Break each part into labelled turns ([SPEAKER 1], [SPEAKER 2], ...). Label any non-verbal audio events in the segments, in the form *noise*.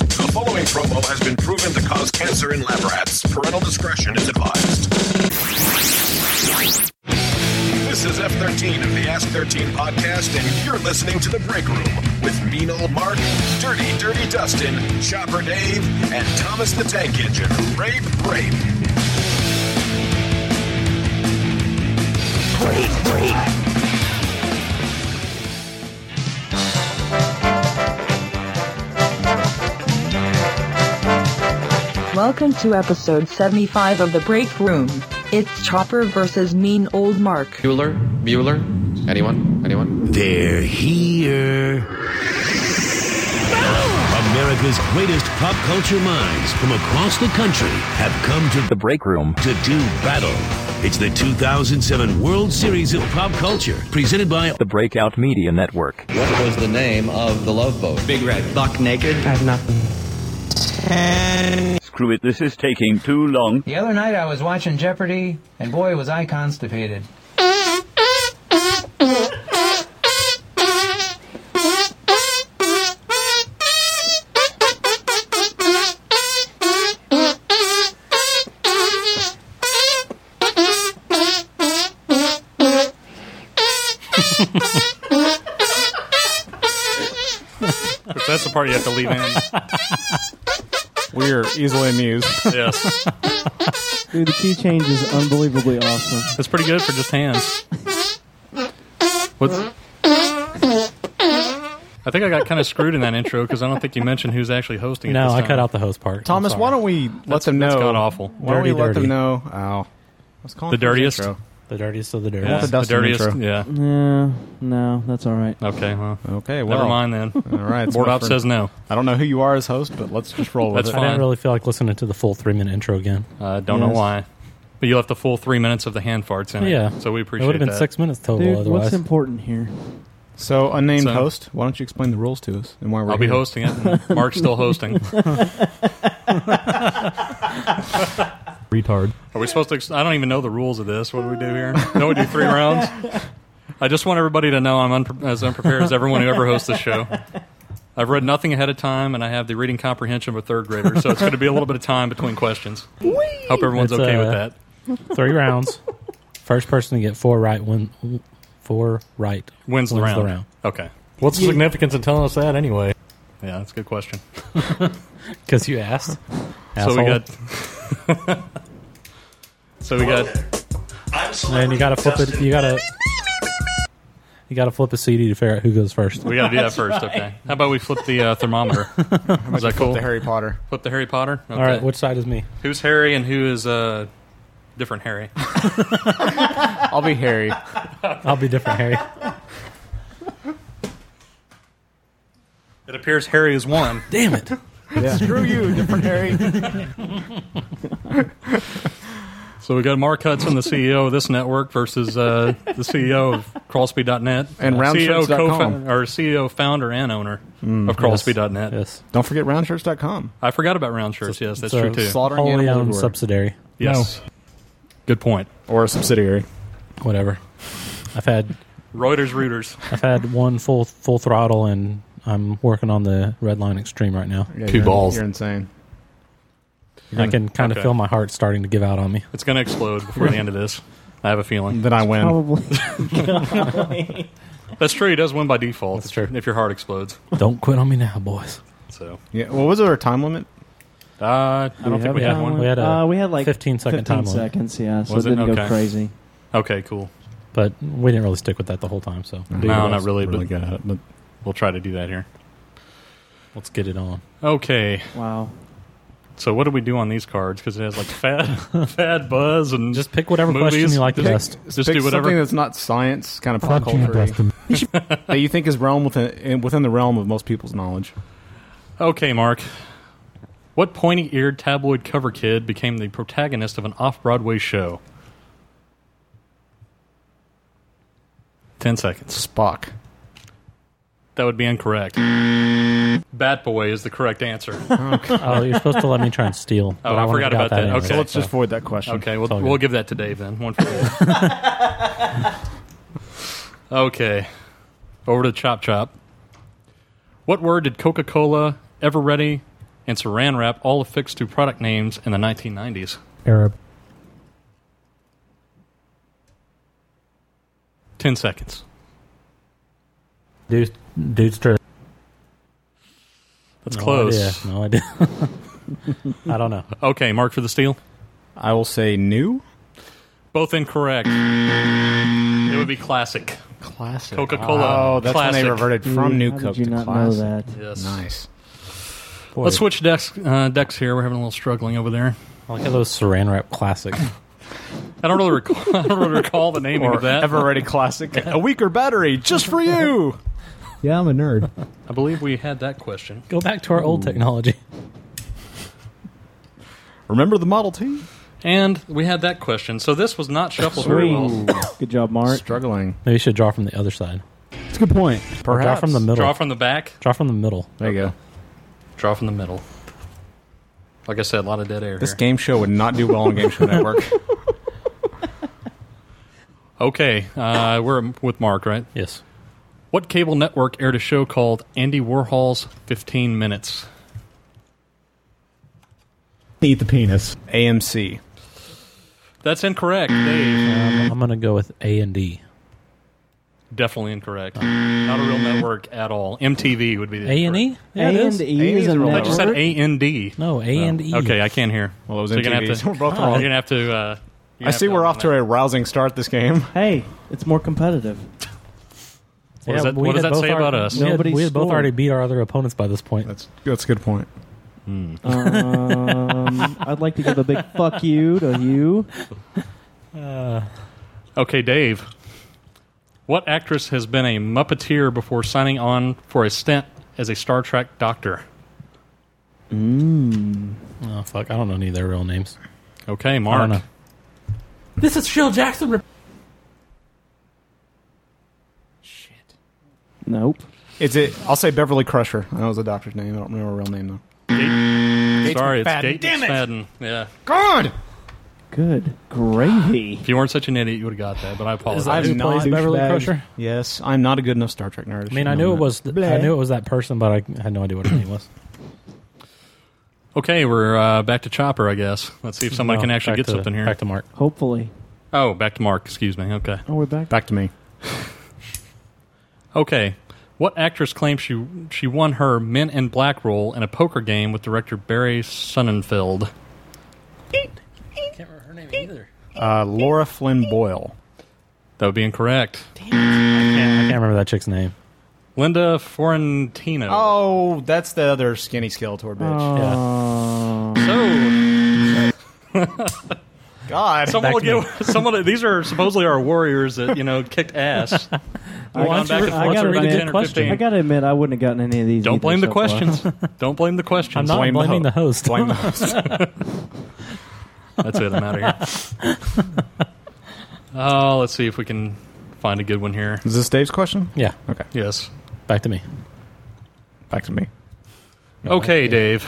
[SPEAKER 1] Atopic promo has been proven to cause cancer in lab rats. Parental discretion is advised. This is F13 of the Ask 13 podcast, and you're listening to The Break Room with Mean Old Mark, Dirty Dirty Dustin, Chopper Dave, and Thomas the Tank Engine. Rape, rape.
[SPEAKER 2] Welcome to episode 75 of The Break Room. It's Chopper versus Mean Old Mark.
[SPEAKER 3] Bueller? Bueller? Anyone? Anyone?
[SPEAKER 4] They're here. America's greatest pop culture minds from across the country have come to the break room to do battle. It's the 2007 World Series of Pop Culture, presented by
[SPEAKER 5] the Breakout Media Network.
[SPEAKER 3] What was the name of the love boat? Big Red. Buck Naked.
[SPEAKER 6] Screw it, this is taking too long.
[SPEAKER 7] The other night I was watching Jeopardy, and boy, was I constipated.
[SPEAKER 8] That's the part you have to leave in. we are easily amused. Yes.
[SPEAKER 9] Dude, the key change is unbelievably awesome.
[SPEAKER 8] That's pretty good for just hands. What's. I think I got kind of screwed in that intro because I don't think you mentioned who's actually hosting. it
[SPEAKER 10] No,
[SPEAKER 8] this
[SPEAKER 10] I
[SPEAKER 8] time.
[SPEAKER 10] cut out the host part.
[SPEAKER 11] Thomas, why don't we let them know?
[SPEAKER 8] That's god awful.
[SPEAKER 11] Why don't we
[SPEAKER 10] Dirty,
[SPEAKER 11] let
[SPEAKER 10] dirty.
[SPEAKER 11] them know? Ow. I was calling
[SPEAKER 8] The
[SPEAKER 11] for his
[SPEAKER 8] dirtiest?
[SPEAKER 11] intro.
[SPEAKER 10] the dirtiest of the dirty?
[SPEAKER 8] Yeah,
[SPEAKER 11] the Dustin
[SPEAKER 8] dirtiest.
[SPEAKER 11] intro.
[SPEAKER 8] Yeah.
[SPEAKER 9] Yeah, no, that's all right.
[SPEAKER 8] Okay. Well.
[SPEAKER 11] Okay, well,
[SPEAKER 8] Never mind then.
[SPEAKER 11] *laughs* All right, it's
[SPEAKER 8] Board
[SPEAKER 11] my
[SPEAKER 8] op
[SPEAKER 11] friend.
[SPEAKER 8] says no.
[SPEAKER 11] I don't know who you are as host, but let's just roll with
[SPEAKER 8] That's
[SPEAKER 11] it.
[SPEAKER 10] I
[SPEAKER 8] fine.
[SPEAKER 10] didn't really feel like listening to the full three minute intro again.
[SPEAKER 8] Uh, don't know
[SPEAKER 9] Yes.
[SPEAKER 8] why. But you left the full three minutes of the hand farts in it.
[SPEAKER 10] Yeah,
[SPEAKER 8] So we appreciate
[SPEAKER 10] It would have been
[SPEAKER 8] that.
[SPEAKER 10] six minutes total
[SPEAKER 9] Dude,
[SPEAKER 10] otherwise.
[SPEAKER 9] what's important here?
[SPEAKER 11] So, unnamed
[SPEAKER 8] So-
[SPEAKER 11] host, why don't you explain the rules to us and why we're
[SPEAKER 8] I'll be
[SPEAKER 11] here?
[SPEAKER 8] hosting it. and Mark's still hosting.
[SPEAKER 10] Retard.
[SPEAKER 8] Are we supposed to? Ex- I don't even know the rules of this. What do we do here? No, we do three rounds. I just want everybody to know I'm unpre- as unprepared as everyone who ever hosts this
[SPEAKER 7] *laughs*
[SPEAKER 8] show. I've read nothing ahead of time, and I have the reading comprehension of a third grader, so it's going to be a little bit of
[SPEAKER 7] *laughs*
[SPEAKER 8] time between questions. Hope everyone's
[SPEAKER 10] It's,
[SPEAKER 8] okay with
[SPEAKER 10] uh,
[SPEAKER 8] that.
[SPEAKER 10] Three rounds. *laughs* First person to get four right win. Four right.
[SPEAKER 8] Wins, the,
[SPEAKER 10] wins
[SPEAKER 8] round.
[SPEAKER 10] the round.
[SPEAKER 8] Okay.
[SPEAKER 10] What's the significance of telling us that anyway?
[SPEAKER 8] Yeah, that's a good question.
[SPEAKER 10] Because you asked.
[SPEAKER 8] So
[SPEAKER 10] Asshole.
[SPEAKER 8] we got. *laughs* so we got.
[SPEAKER 10] And you gotta flip it. You gotta. You gotta flip a CD to figure out who goes first.
[SPEAKER 8] We got to do that first. Okay. How about we flip the uh, *laughs* thermometer? Is that cool?
[SPEAKER 11] The Harry Potter.
[SPEAKER 8] Flip the Harry Potter. Okay.
[SPEAKER 10] All right, which side is me?
[SPEAKER 8] Who's Harry and who is uh, different Harry?
[SPEAKER 11] I'll be Harry.
[SPEAKER 10] I'll be different,
[SPEAKER 8] *laughs*
[SPEAKER 10] Harry.
[SPEAKER 8] It appears Harry is one.
[SPEAKER 10] Damn it!
[SPEAKER 11] Screw you, different Harry.
[SPEAKER 8] So we got Mark Hudson, the CEO of this network, versus uh, the CEO of Crawlspeed.net
[SPEAKER 11] And
[SPEAKER 8] CEO
[SPEAKER 11] roundshirts.com.
[SPEAKER 8] E or CEO, founder, and owner
[SPEAKER 11] Mm,
[SPEAKER 8] of Crawlspeed.net.
[SPEAKER 10] Yes,
[SPEAKER 11] Don't forget roundshirts.com.
[SPEAKER 8] I forgot about round shirts. Yes, that's
[SPEAKER 10] So-
[SPEAKER 8] true too.
[SPEAKER 11] Slaughtering
[SPEAKER 10] wholly
[SPEAKER 11] animals
[SPEAKER 10] owned
[SPEAKER 11] everywhere.
[SPEAKER 10] subsidiary.
[SPEAKER 8] yes, good point.
[SPEAKER 11] or a subsidiary.
[SPEAKER 10] Whatever. I've had
[SPEAKER 8] Reuters, Reuters.
[SPEAKER 10] I've had one full full throttle, and I'm working on the red line extreme right now.
[SPEAKER 11] Yeah,
[SPEAKER 8] Two
[SPEAKER 11] you're-
[SPEAKER 8] balls.
[SPEAKER 11] You're insane.
[SPEAKER 10] I can kind of
[SPEAKER 8] okay.
[SPEAKER 10] feel my heart starting to give out on me.
[SPEAKER 8] It's going to explode before the end of this. I have a feeling.
[SPEAKER 11] Then I win.
[SPEAKER 9] Probably.
[SPEAKER 11] *laughs*
[SPEAKER 8] That's true. He does win by default.
[SPEAKER 10] That's true.
[SPEAKER 8] If your heart explodes.
[SPEAKER 10] Don't quit on me now, boys.
[SPEAKER 8] So
[SPEAKER 11] Yeah. Well, was there a time limit?
[SPEAKER 8] uh, I don't think
[SPEAKER 11] have
[SPEAKER 8] we
[SPEAKER 11] a
[SPEAKER 8] have
[SPEAKER 11] time
[SPEAKER 8] one.
[SPEAKER 10] We had a
[SPEAKER 9] Uh, we had like
[SPEAKER 10] 15 second
[SPEAKER 9] 15
[SPEAKER 10] time limit,
[SPEAKER 9] seconds, yeah, so
[SPEAKER 8] Was
[SPEAKER 9] it
[SPEAKER 8] it?
[SPEAKER 9] didn't
[SPEAKER 8] Okay.
[SPEAKER 9] go crazy.
[SPEAKER 8] Okay, cool.
[SPEAKER 10] but we didn't really stick with that the whole time. So
[SPEAKER 8] No, not really.
[SPEAKER 11] Really
[SPEAKER 8] but,
[SPEAKER 11] good at it,
[SPEAKER 8] but we'll try to do that here.
[SPEAKER 10] let's get it on.
[SPEAKER 8] Okay.
[SPEAKER 9] Wow.
[SPEAKER 8] So what do we do on these cards? Because it has like fad, *laughs* fad buzz, and
[SPEAKER 10] Just pick whatever
[SPEAKER 8] Movies.
[SPEAKER 10] question you like the
[SPEAKER 8] Pick-
[SPEAKER 10] best.
[SPEAKER 11] Pick
[SPEAKER 8] just do
[SPEAKER 11] Something
[SPEAKER 8] whatever.
[SPEAKER 11] that's not science, kind of pop culture that you think is realm within within the realm of most people's knowledge.
[SPEAKER 8] Okay, Mark. What pointy-eared tabloid cover kid became the protagonist of an off-Broadway show? Ten seconds.
[SPEAKER 11] Spock.
[SPEAKER 8] That would be incorrect. Bat Boy is the correct answer.
[SPEAKER 10] Oh, you're supposed to let me try and
[SPEAKER 8] *laughs*
[SPEAKER 10] steal. but
[SPEAKER 8] Oh, I
[SPEAKER 10] wanna
[SPEAKER 8] forgot
[SPEAKER 10] get out
[SPEAKER 8] about that.
[SPEAKER 10] anyway.
[SPEAKER 8] Okay.
[SPEAKER 11] Let's just void that question.
[SPEAKER 8] Okay,
[SPEAKER 10] all
[SPEAKER 8] we'll,
[SPEAKER 10] good.
[SPEAKER 8] we'll give that to Dave then. One for Dave.
[SPEAKER 10] *laughs*
[SPEAKER 8] okay. Over to Chop Chop. What word did Coca Cola, Ever Ready, and saran wrap, all affixed to product names in the 1990s.
[SPEAKER 10] Arab.
[SPEAKER 8] 10 seconds.
[SPEAKER 10] Dude, dude's trip.
[SPEAKER 8] That's
[SPEAKER 10] no
[SPEAKER 8] close.
[SPEAKER 10] Idea. *laughs* No idea. I don't know.
[SPEAKER 8] Okay, mark for the steal.
[SPEAKER 4] I will say new.
[SPEAKER 8] Both incorrect. It would be classic.
[SPEAKER 4] Classic.
[SPEAKER 8] Coca Cola.
[SPEAKER 4] Oh, that's
[SPEAKER 8] classic.
[SPEAKER 4] when they reverted from
[SPEAKER 7] Dude,
[SPEAKER 4] new
[SPEAKER 7] how did
[SPEAKER 4] Coke
[SPEAKER 7] you
[SPEAKER 4] to
[SPEAKER 7] not know
[SPEAKER 4] classic.
[SPEAKER 7] that?
[SPEAKER 8] Yes.
[SPEAKER 4] Nice.
[SPEAKER 10] Boy,
[SPEAKER 8] Let's switch decks, uh, decks here. We're having a little struggling over there.
[SPEAKER 10] I like how those saran wrap classic.
[SPEAKER 8] I don't really recall, *laughs* I don't really recall the naming
[SPEAKER 4] Or
[SPEAKER 8] of that.
[SPEAKER 4] ever ready
[SPEAKER 8] *laughs*
[SPEAKER 4] classic. A weaker battery just for
[SPEAKER 7] *laughs*
[SPEAKER 4] you.
[SPEAKER 12] Yeah, I'm a nerd.
[SPEAKER 8] I believe we had that question.
[SPEAKER 10] Go back to our old technology.
[SPEAKER 4] Remember the Model T?
[SPEAKER 8] And we had that question. So this was not shuffled very well.
[SPEAKER 7] Good job, Mark.
[SPEAKER 4] Struggling.
[SPEAKER 10] Maybe you should draw from the other side.
[SPEAKER 7] It's a good point.
[SPEAKER 10] Or Draw
[SPEAKER 4] Perhaps.
[SPEAKER 10] from the middle.
[SPEAKER 8] Draw from the back.
[SPEAKER 10] Draw from the middle.
[SPEAKER 4] There you go.
[SPEAKER 8] Draw from the middle. Like I said, a lot of dead air.
[SPEAKER 4] This
[SPEAKER 8] here.
[SPEAKER 4] game show would not do well on Game
[SPEAKER 8] *laughs*
[SPEAKER 4] Show Network.
[SPEAKER 8] Okay, uh, we're with Mark, right?
[SPEAKER 10] Yes.
[SPEAKER 8] What cable network aired a show called Andy Warhol's 15 Minutes?
[SPEAKER 12] Eat the penis.
[SPEAKER 4] AMC.
[SPEAKER 8] That's incorrect, Dave.
[SPEAKER 10] Um, I'm gonna go with A and D.
[SPEAKER 8] Definitely incorrect. Not a real network at all. MTV would be the
[SPEAKER 10] A and E. Yeah, it
[SPEAKER 7] A
[SPEAKER 10] is.
[SPEAKER 7] and E is
[SPEAKER 4] A's
[SPEAKER 7] a
[SPEAKER 4] are all
[SPEAKER 8] I just said
[SPEAKER 7] network.
[SPEAKER 8] A N D.
[SPEAKER 10] No, A and E.
[SPEAKER 8] Okay, I can't hear.
[SPEAKER 4] Well, it was
[SPEAKER 8] so you're gonna have
[SPEAKER 4] MTV.
[SPEAKER 8] to.
[SPEAKER 4] We're both
[SPEAKER 8] You're
[SPEAKER 4] wrong.
[SPEAKER 8] gonna have to. Uh,
[SPEAKER 4] I see we're off to a rousing start this game.
[SPEAKER 7] Hey, it's more competitive.
[SPEAKER 8] What does that-
[SPEAKER 10] we
[SPEAKER 8] what does
[SPEAKER 10] had
[SPEAKER 8] that
[SPEAKER 10] both
[SPEAKER 8] say
[SPEAKER 10] alre-
[SPEAKER 8] about us?
[SPEAKER 10] We had,
[SPEAKER 7] Nobody
[SPEAKER 10] we had both
[SPEAKER 7] scored.
[SPEAKER 10] already beat our other opponents by this point.
[SPEAKER 4] That's that's a good point.
[SPEAKER 7] Um, I'd like to give
[SPEAKER 10] *laughs*
[SPEAKER 7] a big fuck you to you.
[SPEAKER 8] Okay, Dave. What actress has been a Muppeteer before signing on for a stint as a Star Trek doctor?
[SPEAKER 10] Oh fuck! I don't know any of their real names.
[SPEAKER 8] Okay,
[SPEAKER 10] I don't
[SPEAKER 8] Mark.
[SPEAKER 10] know. This is Phil Jackson.
[SPEAKER 7] Nope.
[SPEAKER 4] Is it? I'll say Beverly Crusher. That was a doctor's name. I don't remember her real name though.
[SPEAKER 8] Sorry, it's
[SPEAKER 4] McFadden.
[SPEAKER 8] Kate
[SPEAKER 4] Damn it!
[SPEAKER 8] McFadden. Yeah.
[SPEAKER 4] God,
[SPEAKER 7] Good
[SPEAKER 11] *sighs*
[SPEAKER 7] gravy.
[SPEAKER 8] If you weren't such an idiot, you would have got that, but I apologize.
[SPEAKER 4] that
[SPEAKER 10] Who
[SPEAKER 4] I'm not
[SPEAKER 10] plays Beverly
[SPEAKER 4] douchebag.
[SPEAKER 10] Crusher?
[SPEAKER 4] Yes, I'm not a good enough Star Trek nerd.
[SPEAKER 10] I mean, I knew it was. th- I knew it was that person, but I had no idea what her name was.
[SPEAKER 8] Okay, we're uh, back to Chopper, I guess. Let's see if somebody
[SPEAKER 10] No,
[SPEAKER 8] can actually
[SPEAKER 10] Oh, back
[SPEAKER 8] get
[SPEAKER 10] to-
[SPEAKER 8] something here.
[SPEAKER 10] Back to Mark.
[SPEAKER 7] Hopefully.
[SPEAKER 8] oh, back to Mark. Excuse me. Okay.
[SPEAKER 7] Oh, we're back.
[SPEAKER 4] Back to me.
[SPEAKER 8] *laughs* Okay. What actress claims she she won her Men in Black role in a poker game with director Barry Sonnenfeld?
[SPEAKER 10] I can't remember her name either.
[SPEAKER 4] *laughs* Uh, Laura Flynn Boyle.
[SPEAKER 8] That would be incorrect.
[SPEAKER 10] I can't remember that chick's name.
[SPEAKER 8] Linda Fiorentino.
[SPEAKER 4] Oh, that's the other skinny Skeletor bitch.
[SPEAKER 10] *laughs*
[SPEAKER 8] So
[SPEAKER 4] God,
[SPEAKER 8] someone will
[SPEAKER 10] Back to
[SPEAKER 8] get *laughs* someone. These are supposedly our warriors that you know
[SPEAKER 10] *laughs*
[SPEAKER 8] kicked ass. We've gone back and
[SPEAKER 10] I
[SPEAKER 8] forth
[SPEAKER 10] gotta
[SPEAKER 8] for
[SPEAKER 10] read
[SPEAKER 8] about
[SPEAKER 10] a good
[SPEAKER 8] 10 or
[SPEAKER 10] question.
[SPEAKER 8] 15.
[SPEAKER 7] I gotta admit, I wouldn't have gotten any of these.
[SPEAKER 8] Don't
[SPEAKER 7] either
[SPEAKER 8] blame the
[SPEAKER 7] so far.
[SPEAKER 8] questions.
[SPEAKER 10] *laughs*
[SPEAKER 8] Don't blame the questions.
[SPEAKER 10] I'm not
[SPEAKER 4] Blame the
[SPEAKER 10] blaming
[SPEAKER 4] ho-
[SPEAKER 10] the host.
[SPEAKER 4] blame
[SPEAKER 10] *laughs*
[SPEAKER 4] the host.
[SPEAKER 8] That's it. I'm out of here.
[SPEAKER 10] *laughs*
[SPEAKER 8] Oh, let's see if we can find a good one here.
[SPEAKER 4] Is this Dave's question?
[SPEAKER 10] yeah,
[SPEAKER 4] Okay,
[SPEAKER 8] Yes.
[SPEAKER 10] back to me.
[SPEAKER 4] back to me.
[SPEAKER 8] Okay, Dave.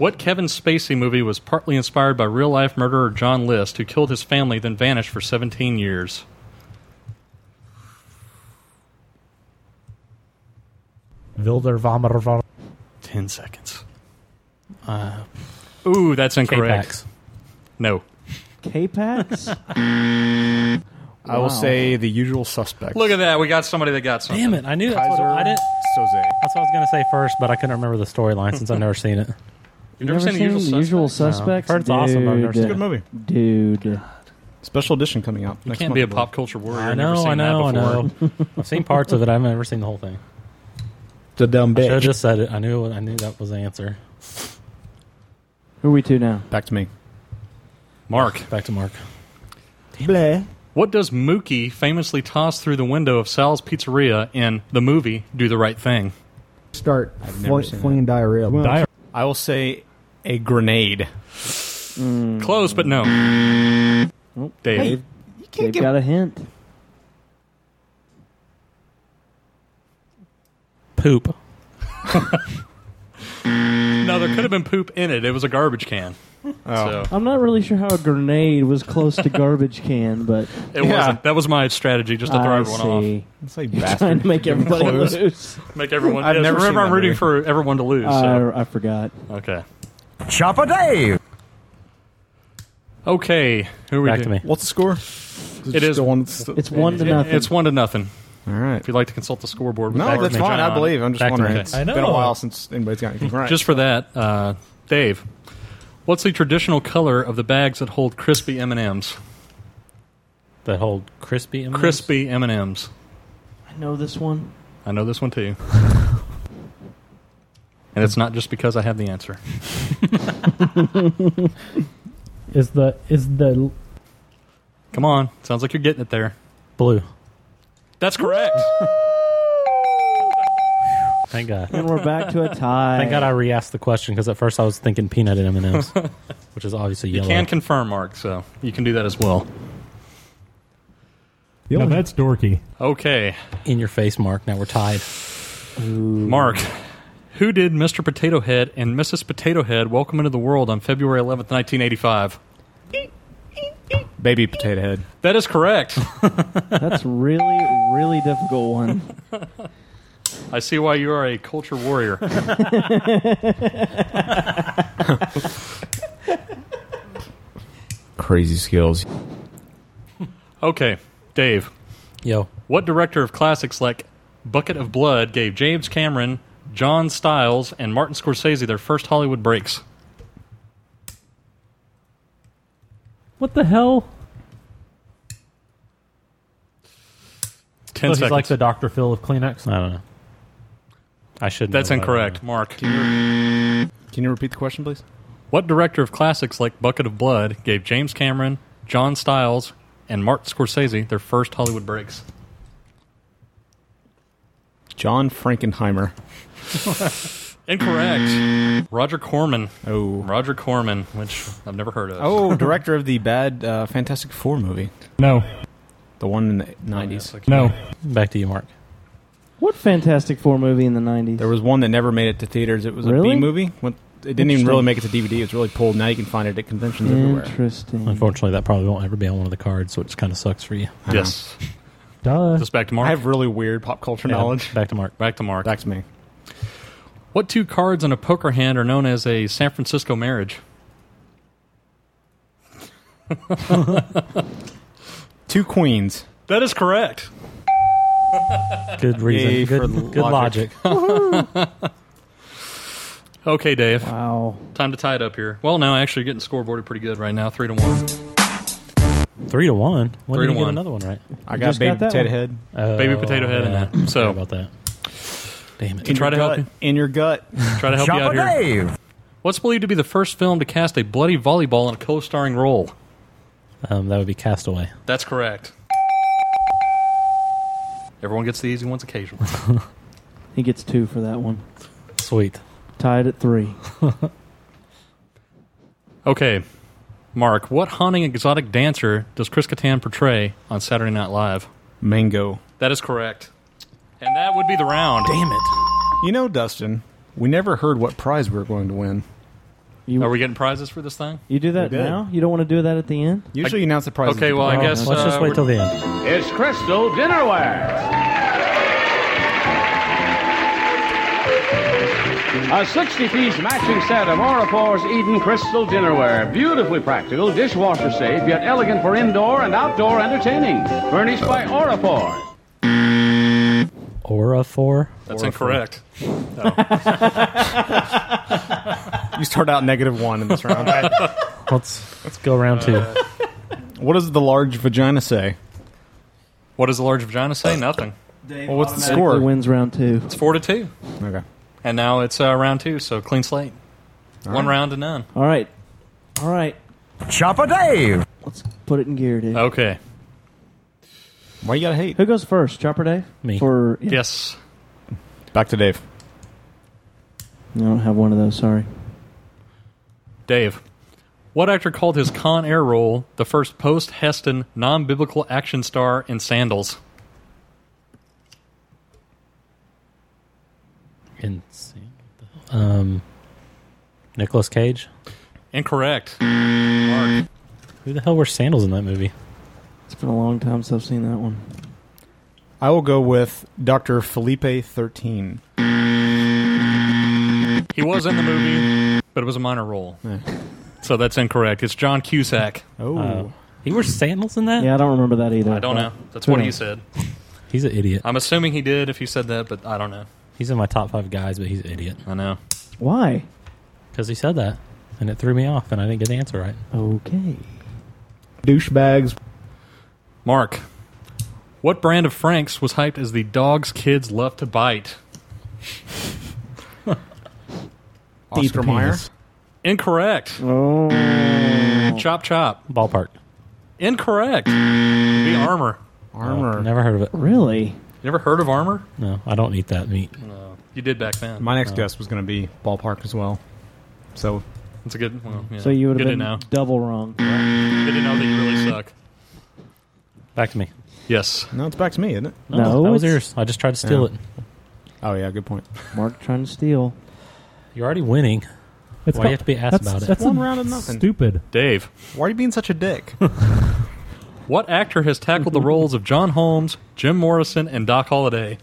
[SPEAKER 8] What Kevin Spacey movie was partly inspired by real life murderer John List, who killed his family then vanished for 17 years?
[SPEAKER 10] Wilder Vamarvar.
[SPEAKER 8] 10 seconds. Ooh, that's incorrect.
[SPEAKER 10] K-Pax.
[SPEAKER 8] No.
[SPEAKER 7] *laughs* K-Pax?
[SPEAKER 4] I
[SPEAKER 7] Wow.
[SPEAKER 4] will say the usual suspect.
[SPEAKER 8] Look at that. We got somebody that got something.
[SPEAKER 10] Damn it! I knew that's what,
[SPEAKER 4] Kaiser
[SPEAKER 10] I didn't.
[SPEAKER 4] Soze.
[SPEAKER 10] That's what I was gonna say first, but I couldn't remember the storyline since I've never seen it.
[SPEAKER 8] You've never, seen, the usual, Suspects?
[SPEAKER 7] Suspects?
[SPEAKER 10] Heard it's awesome, but I've never
[SPEAKER 7] Dude.
[SPEAKER 10] seen
[SPEAKER 4] Good movie.
[SPEAKER 7] Dude.
[SPEAKER 4] Special edition coming out.
[SPEAKER 8] You
[SPEAKER 4] next
[SPEAKER 8] can't
[SPEAKER 4] month,
[SPEAKER 8] be a
[SPEAKER 4] I believe.
[SPEAKER 8] pop culture warrior.
[SPEAKER 10] I
[SPEAKER 8] and never
[SPEAKER 10] know,
[SPEAKER 8] seen
[SPEAKER 10] I know, I
[SPEAKER 8] that before.
[SPEAKER 10] know.
[SPEAKER 8] *laughs*
[SPEAKER 10] I've seen parts of it. I've never seen the whole thing.
[SPEAKER 12] The dumb
[SPEAKER 10] Should have
[SPEAKER 12] bitch.
[SPEAKER 10] just said it. I knew. I knew that was the answer.
[SPEAKER 7] Who are we to now?
[SPEAKER 4] Back to me.
[SPEAKER 8] Mark,
[SPEAKER 10] Back to Mark.
[SPEAKER 12] Bleh.
[SPEAKER 8] what does Mookie famously toss through the window of Sal's Pizzeria in the movie Do the Right Thing?
[SPEAKER 12] Start fl-
[SPEAKER 4] never seen
[SPEAKER 12] flinging diarrhea.
[SPEAKER 10] Diar-
[SPEAKER 4] I will say a grenade.
[SPEAKER 8] Close, but no. Dave.
[SPEAKER 4] You
[SPEAKER 7] They've got a hint.
[SPEAKER 10] Poop.
[SPEAKER 8] No, there could have been poop in it. It was a garbage can.
[SPEAKER 10] Oh.
[SPEAKER 8] So
[SPEAKER 7] I'm not really sure how a grenade was close to garbage can, but
[SPEAKER 8] it wasn't. That was my strategy, just to throw
[SPEAKER 7] I
[SPEAKER 8] everyone
[SPEAKER 7] see.
[SPEAKER 8] off.
[SPEAKER 7] It's like You're bastard. trying to make everybody
[SPEAKER 8] Close.
[SPEAKER 7] lose.
[SPEAKER 8] Make everyone.
[SPEAKER 7] I've
[SPEAKER 8] yes,
[SPEAKER 7] never
[SPEAKER 8] remember,
[SPEAKER 7] seen
[SPEAKER 8] I'm
[SPEAKER 7] that
[SPEAKER 8] rooting
[SPEAKER 7] movie.
[SPEAKER 8] for everyone to lose. so.
[SPEAKER 7] I, I forgot.
[SPEAKER 8] Uh, Okay.
[SPEAKER 1] Chopper Dave.
[SPEAKER 8] Okay. Who are we
[SPEAKER 10] Back
[SPEAKER 8] doing?
[SPEAKER 10] to me.
[SPEAKER 6] What's the score?
[SPEAKER 8] It is
[SPEAKER 6] still one- still-
[SPEAKER 7] It's one to
[SPEAKER 8] It-
[SPEAKER 7] nothing.
[SPEAKER 8] It's one to nothing.
[SPEAKER 6] All right. If
[SPEAKER 8] you'd like to consult the scoreboard, with
[SPEAKER 6] No,
[SPEAKER 8] Dr.
[SPEAKER 6] that's fine. I
[SPEAKER 8] John.
[SPEAKER 6] believe. I'm just
[SPEAKER 8] Back to
[SPEAKER 6] wondering.
[SPEAKER 8] me.
[SPEAKER 6] It's been a while since anybody's got anything right.
[SPEAKER 8] Just for that, uh, Dave, what's the traditional color of the bags that hold crispy M and M's?
[SPEAKER 10] That hold crispy M&Ms?
[SPEAKER 8] crispy M and M's.
[SPEAKER 7] I know this one.
[SPEAKER 8] I know this
[SPEAKER 6] *laughs*
[SPEAKER 8] one too. and it's not just because I have the answer.
[SPEAKER 13] is the is the
[SPEAKER 8] Come on, sounds like you're getting it there.
[SPEAKER 10] Blue.
[SPEAKER 8] That's correct.
[SPEAKER 10] Thank God.
[SPEAKER 7] And we're back to a tie.
[SPEAKER 10] Thank God I re-asked the question because at first I was thinking peanut and
[SPEAKER 8] *laughs*
[SPEAKER 10] M&Ms, which is obviously
[SPEAKER 8] You
[SPEAKER 10] yellow.
[SPEAKER 8] can confirm, Mark, so you can do that as well.
[SPEAKER 10] Now
[SPEAKER 13] that's dorky.
[SPEAKER 8] Okay.
[SPEAKER 10] In your face, Mark. Now we're tied.
[SPEAKER 8] Mark, who did Mr. Potato Head and Mrs. Potato Head welcome into the world on February 11th, 1985?
[SPEAKER 6] Baby Potato Head.
[SPEAKER 8] That
[SPEAKER 13] *laughs*
[SPEAKER 8] is correct.
[SPEAKER 7] That's really really difficult one.
[SPEAKER 8] I see why you are a culture warrior.
[SPEAKER 6] Crazy skills.
[SPEAKER 8] okay, Dave.
[SPEAKER 10] Yo.
[SPEAKER 8] What director of classics like Bucket of Blood gave James Cameron, John Stiles, and Martin Scorsese their first Hollywood breaks?
[SPEAKER 10] *laughs* What the hell?
[SPEAKER 13] so
[SPEAKER 8] Ten
[SPEAKER 13] he's like
[SPEAKER 8] seconds.
[SPEAKER 13] the Dr. Phil of Kleenex.
[SPEAKER 10] I don't know. I should.
[SPEAKER 8] That's
[SPEAKER 10] know, but I don't
[SPEAKER 8] incorrect, Mark.
[SPEAKER 6] Can you repeat the question, please?
[SPEAKER 8] What director of classics like Bucket of Blood gave James Cameron, John Stiles, and Martin Scorsese their first Hollywood breaks?
[SPEAKER 6] John Frankenheimer.
[SPEAKER 8] *laughs* Incorrect. Roger Corman. Oh. Roger Corman, which I've never heard of.
[SPEAKER 6] Oh, director of the bad uh, Fantastic Four movie.
[SPEAKER 10] No.
[SPEAKER 6] The one in the 90s.
[SPEAKER 10] No. Back to you, Mark.
[SPEAKER 7] What Fantastic Four movie in the 90s?
[SPEAKER 6] There was one that never made it to theaters. It was a
[SPEAKER 7] Really?
[SPEAKER 4] Hmm.
[SPEAKER 6] B movie. Went- It didn't even
[SPEAKER 7] Interesting.
[SPEAKER 6] really make it to DVD. It's really pulled. Now you can find it at conventions
[SPEAKER 4] Hmm.
[SPEAKER 6] everywhere.
[SPEAKER 7] Interesting.
[SPEAKER 10] Unfortunately, that probably won't ever be on one of the cards, which kind of sucks for you.
[SPEAKER 8] Yes.
[SPEAKER 13] Duh.
[SPEAKER 8] Just back to Mark. I have
[SPEAKER 6] really weird pop culture
[SPEAKER 10] Yeah, Back to Mark.
[SPEAKER 8] Back to Mark.
[SPEAKER 6] Back to me.
[SPEAKER 8] What two cards in a poker hand are known as a San Francisco marriage?
[SPEAKER 6] Two queens.
[SPEAKER 8] That is correct.
[SPEAKER 10] Good reason.
[SPEAKER 6] Yay
[SPEAKER 10] good
[SPEAKER 6] for
[SPEAKER 10] good logic.
[SPEAKER 8] Okay, Dave.
[SPEAKER 7] Wow.
[SPEAKER 8] Time to tie it up here. Well, no, actually, you're getting scoreboarded pretty good right now. Three to one.
[SPEAKER 10] Three to one. When
[SPEAKER 8] Three
[SPEAKER 10] did you
[SPEAKER 8] to
[SPEAKER 10] get
[SPEAKER 8] one.
[SPEAKER 10] another one right?
[SPEAKER 6] I got baby potato head.
[SPEAKER 8] Baby potato head
[SPEAKER 10] yeah.
[SPEAKER 8] in that. So
[SPEAKER 10] Sorry about that. Damn it.
[SPEAKER 8] To try to help Oh. you.
[SPEAKER 6] In your gut.
[SPEAKER 8] Try to help you out here. What's believed to be the first film to cast a bloody volleyball in a co-starring role?
[SPEAKER 10] Um, that would be Castaway.
[SPEAKER 8] That's correct. Everyone gets the easy ones occasionally.
[SPEAKER 7] He gets two for that one.
[SPEAKER 10] Sweet.
[SPEAKER 7] Tied at three.
[SPEAKER 8] Okay, Mark, what haunting exotic dancer does Chris Kattan portray on Saturday Night Live?
[SPEAKER 6] Mango.
[SPEAKER 8] That is correct. And that would be the round. Damn
[SPEAKER 10] it.
[SPEAKER 6] You know, Dustin, we never heard what prize we were going to win.
[SPEAKER 8] Are we getting prizes for this thing?
[SPEAKER 7] You do that
[SPEAKER 6] We did.
[SPEAKER 7] now? You don't want to do that at the end?
[SPEAKER 6] Usually you announce the prize.
[SPEAKER 8] Okay, well, I guess, Let's just uh, wait till
[SPEAKER 10] the end.
[SPEAKER 4] It's Crystal Dinnerware. A 60 piece matching set of Orifore's Eden Crystal Dinnerware. Beautifully practical, dishwasher safe, yet elegant for indoor and outdoor entertaining. Furnished by Orifore.
[SPEAKER 10] Aura four.
[SPEAKER 8] That's incorrect.
[SPEAKER 6] You start out negative one in this round.
[SPEAKER 10] let's let's go round two.
[SPEAKER 6] What does the large vagina say?
[SPEAKER 8] What does the large vagina say? Nothing.
[SPEAKER 6] Well, what's the score?
[SPEAKER 7] wins round two.
[SPEAKER 8] It's four to two.
[SPEAKER 6] Okay.
[SPEAKER 8] And now it's uh, round two, so clean slate. One
[SPEAKER 7] right.
[SPEAKER 8] round to none.
[SPEAKER 7] All right. All right.
[SPEAKER 1] Chopper Dave.
[SPEAKER 7] Let's put it in gear,
[SPEAKER 6] Uh,
[SPEAKER 7] dude.
[SPEAKER 8] Okay.
[SPEAKER 6] Why you gotta hate?
[SPEAKER 7] Who goes first? Chopper Dave?
[SPEAKER 10] Me.
[SPEAKER 7] For, yeah.
[SPEAKER 8] Yes.
[SPEAKER 6] Back to Dave.
[SPEAKER 7] I don't have one of those, sorry.
[SPEAKER 8] Dave, what actor called his Con Air role the first post Heston non biblical action star in sandals?
[SPEAKER 10] Insane. Um, Nicholas Cage.
[SPEAKER 8] Incorrect. Mark.
[SPEAKER 10] Who the hell wears sandals in that movie?
[SPEAKER 7] It's been a long time since I've seen that one.
[SPEAKER 6] I will go with Dr. Felipe 13.
[SPEAKER 8] He was in the movie, but it was a minor role. So that's incorrect. It's John Cusack.
[SPEAKER 6] Oh.
[SPEAKER 10] Oh. he wears sandals in that?
[SPEAKER 7] Yeah, I don't remember that either.
[SPEAKER 8] I don't know. That's
[SPEAKER 10] Who
[SPEAKER 8] what he
[SPEAKER 10] knows?
[SPEAKER 8] said.
[SPEAKER 10] He's an idiot.
[SPEAKER 8] I'm assuming he did if he said that, but I don't know.
[SPEAKER 10] He's in my top five guys, but he's an idiot.
[SPEAKER 8] I know.
[SPEAKER 7] Why?
[SPEAKER 10] Because he said that, and it threw me off, and I didn't get the answer right.
[SPEAKER 7] Okay.
[SPEAKER 14] Douchebags.
[SPEAKER 8] Mark, what brand of Frank's was hyped as the dogs kids love to bite?
[SPEAKER 6] Oscar Meyer.
[SPEAKER 8] Incorrect.
[SPEAKER 7] Oh.
[SPEAKER 8] Chop chop.
[SPEAKER 10] Ballpark.
[SPEAKER 8] Incorrect. The armor.
[SPEAKER 6] Armor.
[SPEAKER 10] Uh, Never heard of it.
[SPEAKER 7] Really?
[SPEAKER 8] You ever heard of armor?
[SPEAKER 10] No, I don't eat that meat.
[SPEAKER 8] No. You did back then. Uh,
[SPEAKER 6] My next guess was going to be ballpark as well. So
[SPEAKER 8] That's a good. Well, yeah.
[SPEAKER 7] So you would
[SPEAKER 8] good
[SPEAKER 7] have been
[SPEAKER 8] to know.
[SPEAKER 7] double wrong.
[SPEAKER 8] Good to know that you really suck.
[SPEAKER 10] Back to me.
[SPEAKER 8] Yes.
[SPEAKER 6] now it's back to me, isn't it?
[SPEAKER 7] No,
[SPEAKER 10] that was
[SPEAKER 7] it's-
[SPEAKER 10] yours. I just tried to steal
[SPEAKER 6] Yeah.
[SPEAKER 10] it.
[SPEAKER 6] Oh yeah, good point.
[SPEAKER 7] Mark trying to steal.
[SPEAKER 10] You're already winning.
[SPEAKER 15] It's
[SPEAKER 10] Why
[SPEAKER 15] not-
[SPEAKER 10] you have to be asked
[SPEAKER 15] that's-
[SPEAKER 10] about it?
[SPEAKER 15] that's
[SPEAKER 6] One
[SPEAKER 15] a-
[SPEAKER 6] round of nothing.
[SPEAKER 15] Stupid.
[SPEAKER 8] Dave,
[SPEAKER 6] Why are you being such a dick?
[SPEAKER 8] what actor has tackled the roles of John Holmes, Jim Morrison, and Doc Holliday?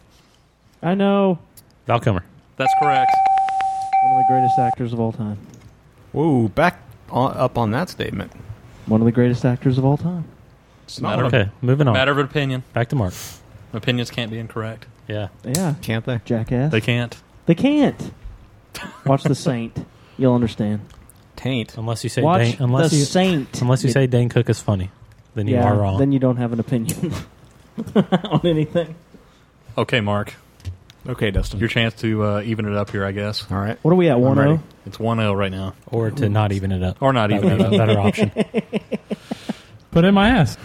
[SPEAKER 7] I know.
[SPEAKER 10] Val Kilmer.
[SPEAKER 8] That's correct.
[SPEAKER 7] One of the greatest actors of all time.
[SPEAKER 6] Whoa, back on, up on that statement.
[SPEAKER 7] One of the greatest actors of all time.
[SPEAKER 8] It's a
[SPEAKER 6] Not
[SPEAKER 8] matter,
[SPEAKER 10] Okay, moving
[SPEAKER 8] of,
[SPEAKER 10] on.
[SPEAKER 8] matter of opinion.
[SPEAKER 10] Back to Mark.
[SPEAKER 8] Opinions can't be incorrect.
[SPEAKER 10] Yeah.
[SPEAKER 7] Yeah,
[SPEAKER 6] Can't they?
[SPEAKER 7] jackass.
[SPEAKER 8] They
[SPEAKER 7] They,
[SPEAKER 8] can't.
[SPEAKER 7] can't. Watch The Saint. You'll understand.
[SPEAKER 6] Taint.
[SPEAKER 10] Unless you say
[SPEAKER 7] Watch
[SPEAKER 10] Dane, unless
[SPEAKER 7] The
[SPEAKER 10] you
[SPEAKER 7] Saint.
[SPEAKER 10] unless you
[SPEAKER 7] You-
[SPEAKER 10] say Dane Cook is funny, then you
[SPEAKER 7] yeah,
[SPEAKER 10] are wrong.
[SPEAKER 7] Then you don't have an opinion *laughs* on anything.
[SPEAKER 8] Okay, Mark.
[SPEAKER 6] Okay, Dustin.
[SPEAKER 8] Your chance to uh, even it up here, I guess.
[SPEAKER 6] All right.
[SPEAKER 7] What are we at?
[SPEAKER 6] I'm
[SPEAKER 7] One oh?
[SPEAKER 6] ready.
[SPEAKER 7] zero.
[SPEAKER 8] It's 1 0 right now.
[SPEAKER 10] or to not even it up.
[SPEAKER 8] Or not
[SPEAKER 10] That
[SPEAKER 8] even
[SPEAKER 10] would
[SPEAKER 8] it
[SPEAKER 10] be a
[SPEAKER 8] up.
[SPEAKER 10] better option.
[SPEAKER 15] *laughs* Put it in my ass.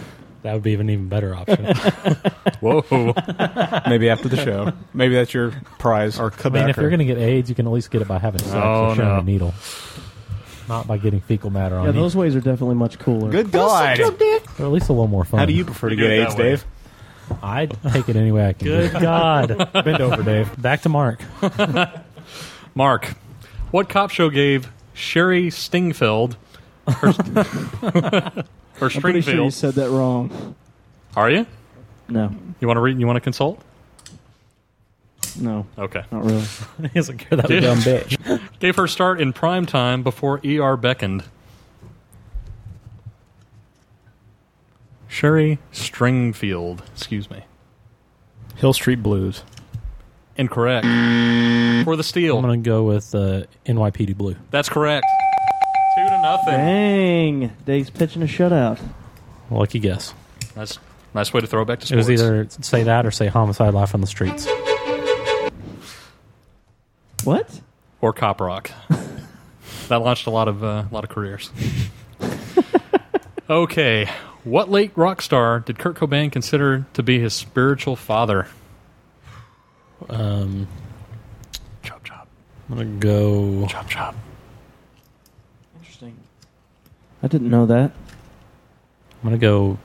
[SPEAKER 10] That would be an even
[SPEAKER 15] *laughs*
[SPEAKER 10] better option.
[SPEAKER 8] Whoa.
[SPEAKER 6] Maybe after the show. Maybe that's your prize or
[SPEAKER 15] I
[SPEAKER 6] Quebec.
[SPEAKER 15] mean, if you're going to get AIDS, you can at least get it by having sex
[SPEAKER 8] Oh,
[SPEAKER 15] or showing
[SPEAKER 8] no.
[SPEAKER 15] a needle, not by getting fecal matter on
[SPEAKER 7] Yeah,
[SPEAKER 15] you.
[SPEAKER 7] those ways are definitely much cooler.
[SPEAKER 6] Good God.
[SPEAKER 15] They're at least a little more fun.
[SPEAKER 6] How do you prefer to
[SPEAKER 8] You do
[SPEAKER 6] get
[SPEAKER 8] it
[SPEAKER 6] AIDS,
[SPEAKER 8] that way.
[SPEAKER 6] Dave?
[SPEAKER 15] I take it any way I can.
[SPEAKER 10] Good
[SPEAKER 15] *laughs*
[SPEAKER 10] God!
[SPEAKER 6] Bend over, Dave.
[SPEAKER 10] Back to Mark.
[SPEAKER 8] Mark, what cop show gave Sherry Stingfield her, or
[SPEAKER 7] I'm pretty
[SPEAKER 8] Stringfield?
[SPEAKER 7] sure you said that wrong.
[SPEAKER 8] Are you?
[SPEAKER 7] No,
[SPEAKER 8] You want to read? You want to consult?
[SPEAKER 7] no,
[SPEAKER 8] Okay.
[SPEAKER 7] not really.
[SPEAKER 10] he doesn't care that much.
[SPEAKER 14] Dumb bitch.
[SPEAKER 8] Gave her start in prime time before ER beckoned. Sherry Stringfield. Excuse me.
[SPEAKER 6] Hill Street Blues.
[SPEAKER 8] Incorrect. For the
[SPEAKER 10] I'm
[SPEAKER 8] steal.
[SPEAKER 10] going to go with uh, NYPD Blue.
[SPEAKER 8] That's correct. Two to nothing.
[SPEAKER 7] Dang, Dave's pitching a shutout.
[SPEAKER 10] Lucky guess.
[SPEAKER 8] Nice, nice way to throw it back to
[SPEAKER 10] It
[SPEAKER 8] sports.
[SPEAKER 10] was either say that or say homicide life on the streets.
[SPEAKER 7] What?
[SPEAKER 8] or cop
[SPEAKER 10] *laughs*
[SPEAKER 8] rock. that launched a lot of uh, a lot of careers. *laughs* okay, what late rock star did Kurt Cobain consider to be his spiritual father?
[SPEAKER 10] Um,
[SPEAKER 8] Chop chop
[SPEAKER 10] I'm going to go.
[SPEAKER 8] chop chop.
[SPEAKER 7] Interesting. I didn't know that.
[SPEAKER 10] I'm going to go.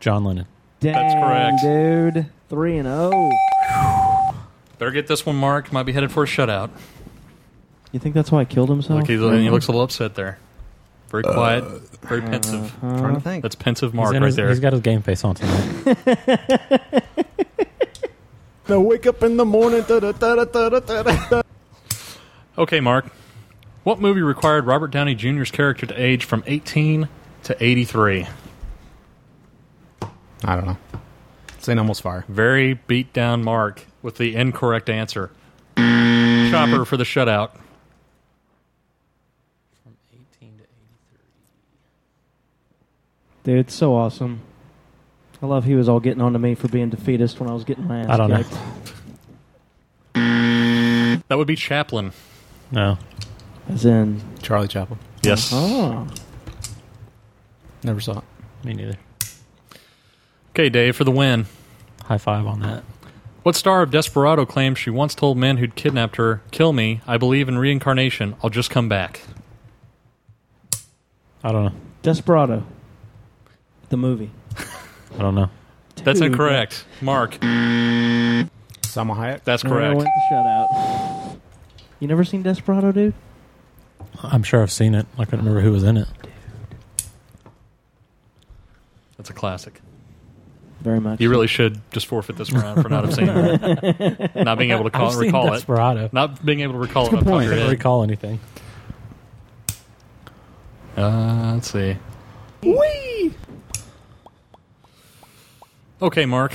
[SPEAKER 10] John Lennon.
[SPEAKER 7] Dang,
[SPEAKER 8] That's correct.
[SPEAKER 7] dude. Three and oh. zero.
[SPEAKER 8] Better get this one, Mark. Might be headed for a shutout.
[SPEAKER 7] You think that's why he killed himself?
[SPEAKER 8] Look, he's,
[SPEAKER 10] Uh-huh.
[SPEAKER 8] he looks a little upset there. Very quiet, very pensive.
[SPEAKER 6] Trying to think.
[SPEAKER 8] That's pensive
[SPEAKER 10] He's
[SPEAKER 8] Mark
[SPEAKER 10] in
[SPEAKER 8] right
[SPEAKER 10] his-
[SPEAKER 8] there.
[SPEAKER 10] He's got his game face on tonight.
[SPEAKER 6] Now wake up in the morning. Da, da, da, da, da, da, da.
[SPEAKER 8] okay, Mark. What movie required Robert Downey Jr.'s character to age from 18 to 83?
[SPEAKER 6] I don't know. St. Elmo's Fire.
[SPEAKER 8] Very beat down Mark with the incorrect answer. Chopper for the shutout.
[SPEAKER 7] Dude, it's so awesome. I love he was all getting on to me for being defeatist when I was getting my ass
[SPEAKER 10] I don't know.
[SPEAKER 7] kicked.
[SPEAKER 8] That would be Chaplin.
[SPEAKER 10] No.
[SPEAKER 7] As in,
[SPEAKER 6] Charlie Chaplin.
[SPEAKER 8] Yes.
[SPEAKER 7] oh,
[SPEAKER 6] Never saw it.
[SPEAKER 10] Me neither.
[SPEAKER 8] Okay, Dave, for the win.
[SPEAKER 10] High five on that.
[SPEAKER 8] What star of Desperado claims she once told men who'd kidnapped her, Kill me, I believe in reincarnation, I'll just come back?
[SPEAKER 10] I don't know.
[SPEAKER 7] Desperado, the movie.
[SPEAKER 10] I don't know.
[SPEAKER 8] That's
[SPEAKER 7] Dude.
[SPEAKER 8] incorrect. Mark,
[SPEAKER 6] Salma Hayek.
[SPEAKER 8] that's
[SPEAKER 7] Never
[SPEAKER 8] correct.
[SPEAKER 7] Went the shutout. You never seen Desperado, dude?
[SPEAKER 10] I'm sure I've seen it. I couldn't remember who was in it.
[SPEAKER 8] That's a classic.
[SPEAKER 7] Very much.
[SPEAKER 8] You really should just forfeit this round for not have seen it, not being able to call,
[SPEAKER 10] I've seen
[SPEAKER 8] recall
[SPEAKER 10] Desperado.
[SPEAKER 8] it, not being able to recall
[SPEAKER 10] That's a
[SPEAKER 8] it.
[SPEAKER 10] good
[SPEAKER 8] off the top of
[SPEAKER 10] point.
[SPEAKER 8] your
[SPEAKER 10] I don't
[SPEAKER 8] head.
[SPEAKER 10] recall anything.
[SPEAKER 8] Uh, let's see.
[SPEAKER 10] Whee!
[SPEAKER 8] Okay, Mark.